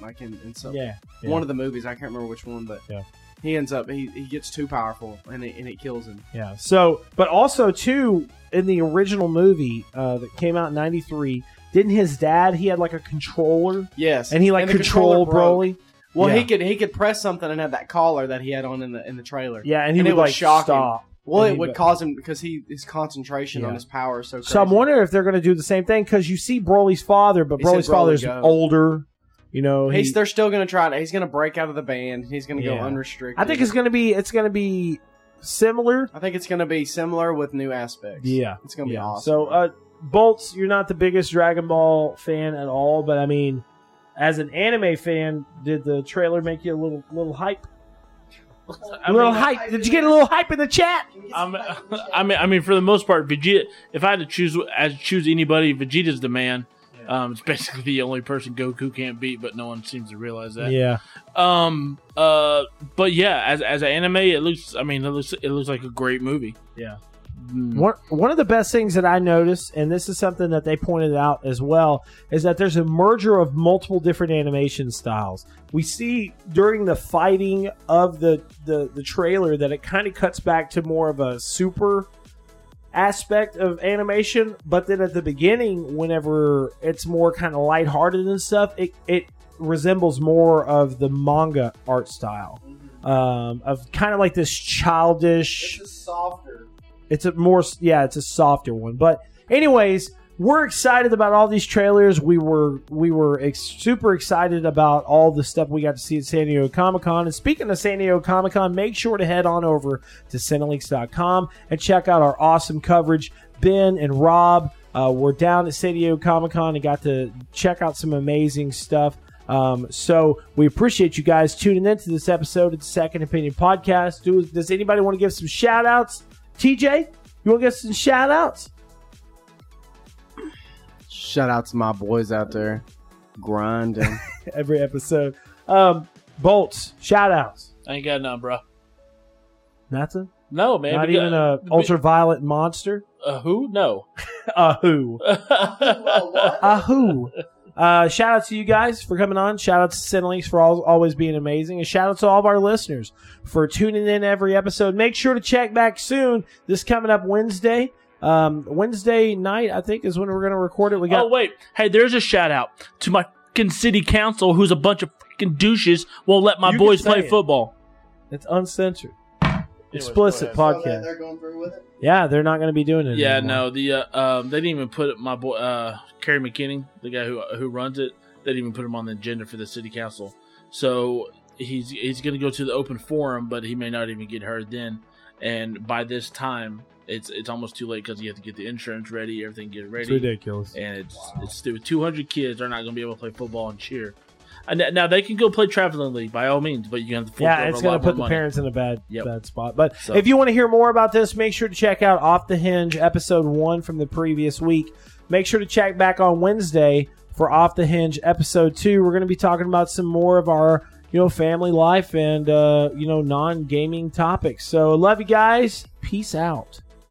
[SPEAKER 2] like in, in some
[SPEAKER 1] yeah, yeah.
[SPEAKER 2] one of the movies. I can't remember which one, but
[SPEAKER 1] Yeah.
[SPEAKER 2] he ends up he, he gets too powerful and it, and it kills him.
[SPEAKER 1] Yeah. So, but also too in the original movie uh, that came out in '93, didn't his dad? He had like a controller,
[SPEAKER 2] Yes,
[SPEAKER 1] and he like
[SPEAKER 2] the controller
[SPEAKER 1] controlled Broly.
[SPEAKER 2] broke. Well,
[SPEAKER 1] Yeah.
[SPEAKER 2] he could he could press something and have that collar that he had on in the in the trailer.
[SPEAKER 1] Yeah, and he
[SPEAKER 2] And it
[SPEAKER 1] would
[SPEAKER 2] was
[SPEAKER 1] like
[SPEAKER 2] shocking.
[SPEAKER 1] stop.
[SPEAKER 2] Well,
[SPEAKER 1] And
[SPEAKER 2] it
[SPEAKER 1] he
[SPEAKER 2] would
[SPEAKER 1] would-
[SPEAKER 2] cause him because he his concentration
[SPEAKER 1] Yeah.
[SPEAKER 2] on his power is so. Crazy.
[SPEAKER 1] So I'm wondering if they're going to do the same thing because you see Broly's father, but
[SPEAKER 2] He said
[SPEAKER 1] Broly's
[SPEAKER 2] Broly
[SPEAKER 1] father's
[SPEAKER 2] go.
[SPEAKER 1] older. You know, he-
[SPEAKER 2] He's, they're still gonna try it. He's gonna break out of the band. He's gonna go
[SPEAKER 1] Yeah.
[SPEAKER 2] unrestricted.
[SPEAKER 1] I think it's going to be it's going to be similar.
[SPEAKER 2] I think it's gonna be similar with new aspects.
[SPEAKER 1] Yeah,
[SPEAKER 2] It's gonna be
[SPEAKER 1] yeah.
[SPEAKER 2] awesome.
[SPEAKER 1] So, uh, Bolts, you're not the biggest Dragon Ball fan at all, but I mean, as an anime fan, did the trailer make you a little little hype? A
[SPEAKER 3] I
[SPEAKER 1] little
[SPEAKER 3] mean,
[SPEAKER 1] hype? Did you get a little hype in the chat?
[SPEAKER 3] I'm, I mean, I mean, for the most part, Vegeta. If I had to choose, I choose anybody. Vegeta's the man. Um, it's basically the only person Goku can't beat, but no one seems to realize that.
[SPEAKER 1] Yeah,
[SPEAKER 3] Um. Uh. But yeah, as as an anime, it looks. I mean, it looks. It looks like a great movie.
[SPEAKER 1] Yeah.
[SPEAKER 3] Mm.
[SPEAKER 1] One, one of the best things that I noticed, and this is something that they pointed out as well, is that there's a merger of multiple different animation styles. We see during the fighting of the the, the trailer that it kind of cuts back to more of a super aspect of animation, but then at the beginning, whenever it's more kind of lighthearted and stuff, it, it resembles more of the manga art style. Um, of kind of like this childish
[SPEAKER 2] softer.
[SPEAKER 1] it's a more yeah, it's a softer one. But anyways, we're excited about all these trailers. We were we were ex- super excited about all the stuff we got to see at San Diego Comic Con. And speaking of San Diego Comic Con, make sure to head on over to Cinelinks.com and check out our awesome coverage. Ben and Rob uh, were down at San Diego Comic Con and got to check out some amazing stuff. Um, so we appreciate you guys tuning into this episode of the Second Opinion Podcast. Do, does anybody want to give some shout outs? TJ, you want to give some shout outs?
[SPEAKER 2] Shout out to my boys out there grinding.
[SPEAKER 1] Every episode. Um, Bolts, shout outs.
[SPEAKER 3] I ain't got none, bro.
[SPEAKER 1] Nothing?
[SPEAKER 3] No, man.
[SPEAKER 1] Not
[SPEAKER 3] because-
[SPEAKER 1] even a ultraviolet monster?
[SPEAKER 3] A who? No.
[SPEAKER 1] A who? A who? Uh, shout out to you guys for coming on. Shout out to Cinelinks for all, always being amazing. And shout out to all of our listeners for tuning in every episode. Make sure to check back soon. This coming up Wednesday. Um, Wednesday night, I think, is when we're going to record it. We got
[SPEAKER 3] oh wait, hey, there's a shout out to my fucking city council, who's a bunch of fucking douches. Won't let my
[SPEAKER 1] You can
[SPEAKER 3] boys
[SPEAKER 1] say
[SPEAKER 3] play
[SPEAKER 1] it.
[SPEAKER 3] football.
[SPEAKER 1] it's uncensored,
[SPEAKER 3] Anyways,
[SPEAKER 1] explicit
[SPEAKER 3] go
[SPEAKER 1] podcast. yeah, they're not going to be doing it.
[SPEAKER 3] Yeah,
[SPEAKER 1] anymore.
[SPEAKER 3] no, the uh, um, they didn't even put my boy uh, Kerry McKinney, the guy who who runs it. They didn't even put him on the agenda for the city council. So he's he's going to go to the open forum, but he may not even get heard then. And by this time, it's it's almost too late because you have to get the insurance ready, everything get ready.
[SPEAKER 1] it's ridiculous.
[SPEAKER 3] and it's it's stupid. Two hundred kids are not going to be able to play football and cheer. And th- now they can go play traveling league by all means, but you have to fork
[SPEAKER 1] Yeah,
[SPEAKER 3] over
[SPEAKER 1] it's
[SPEAKER 3] a
[SPEAKER 1] going
[SPEAKER 3] lot
[SPEAKER 1] to put the
[SPEAKER 3] more money.
[SPEAKER 1] parents in a bad
[SPEAKER 3] Yep.
[SPEAKER 1] bad spot. But
[SPEAKER 3] So-
[SPEAKER 1] if you want to hear more about this, make sure to check out Off the Hinge episode 1 from the previous week. Make sure to check back on Wednesday for Off the Hinge episode 2. We're going to be talking about some more of our, you know, family life and uh, you know, non-gaming topics. So, love you guys. Peace out.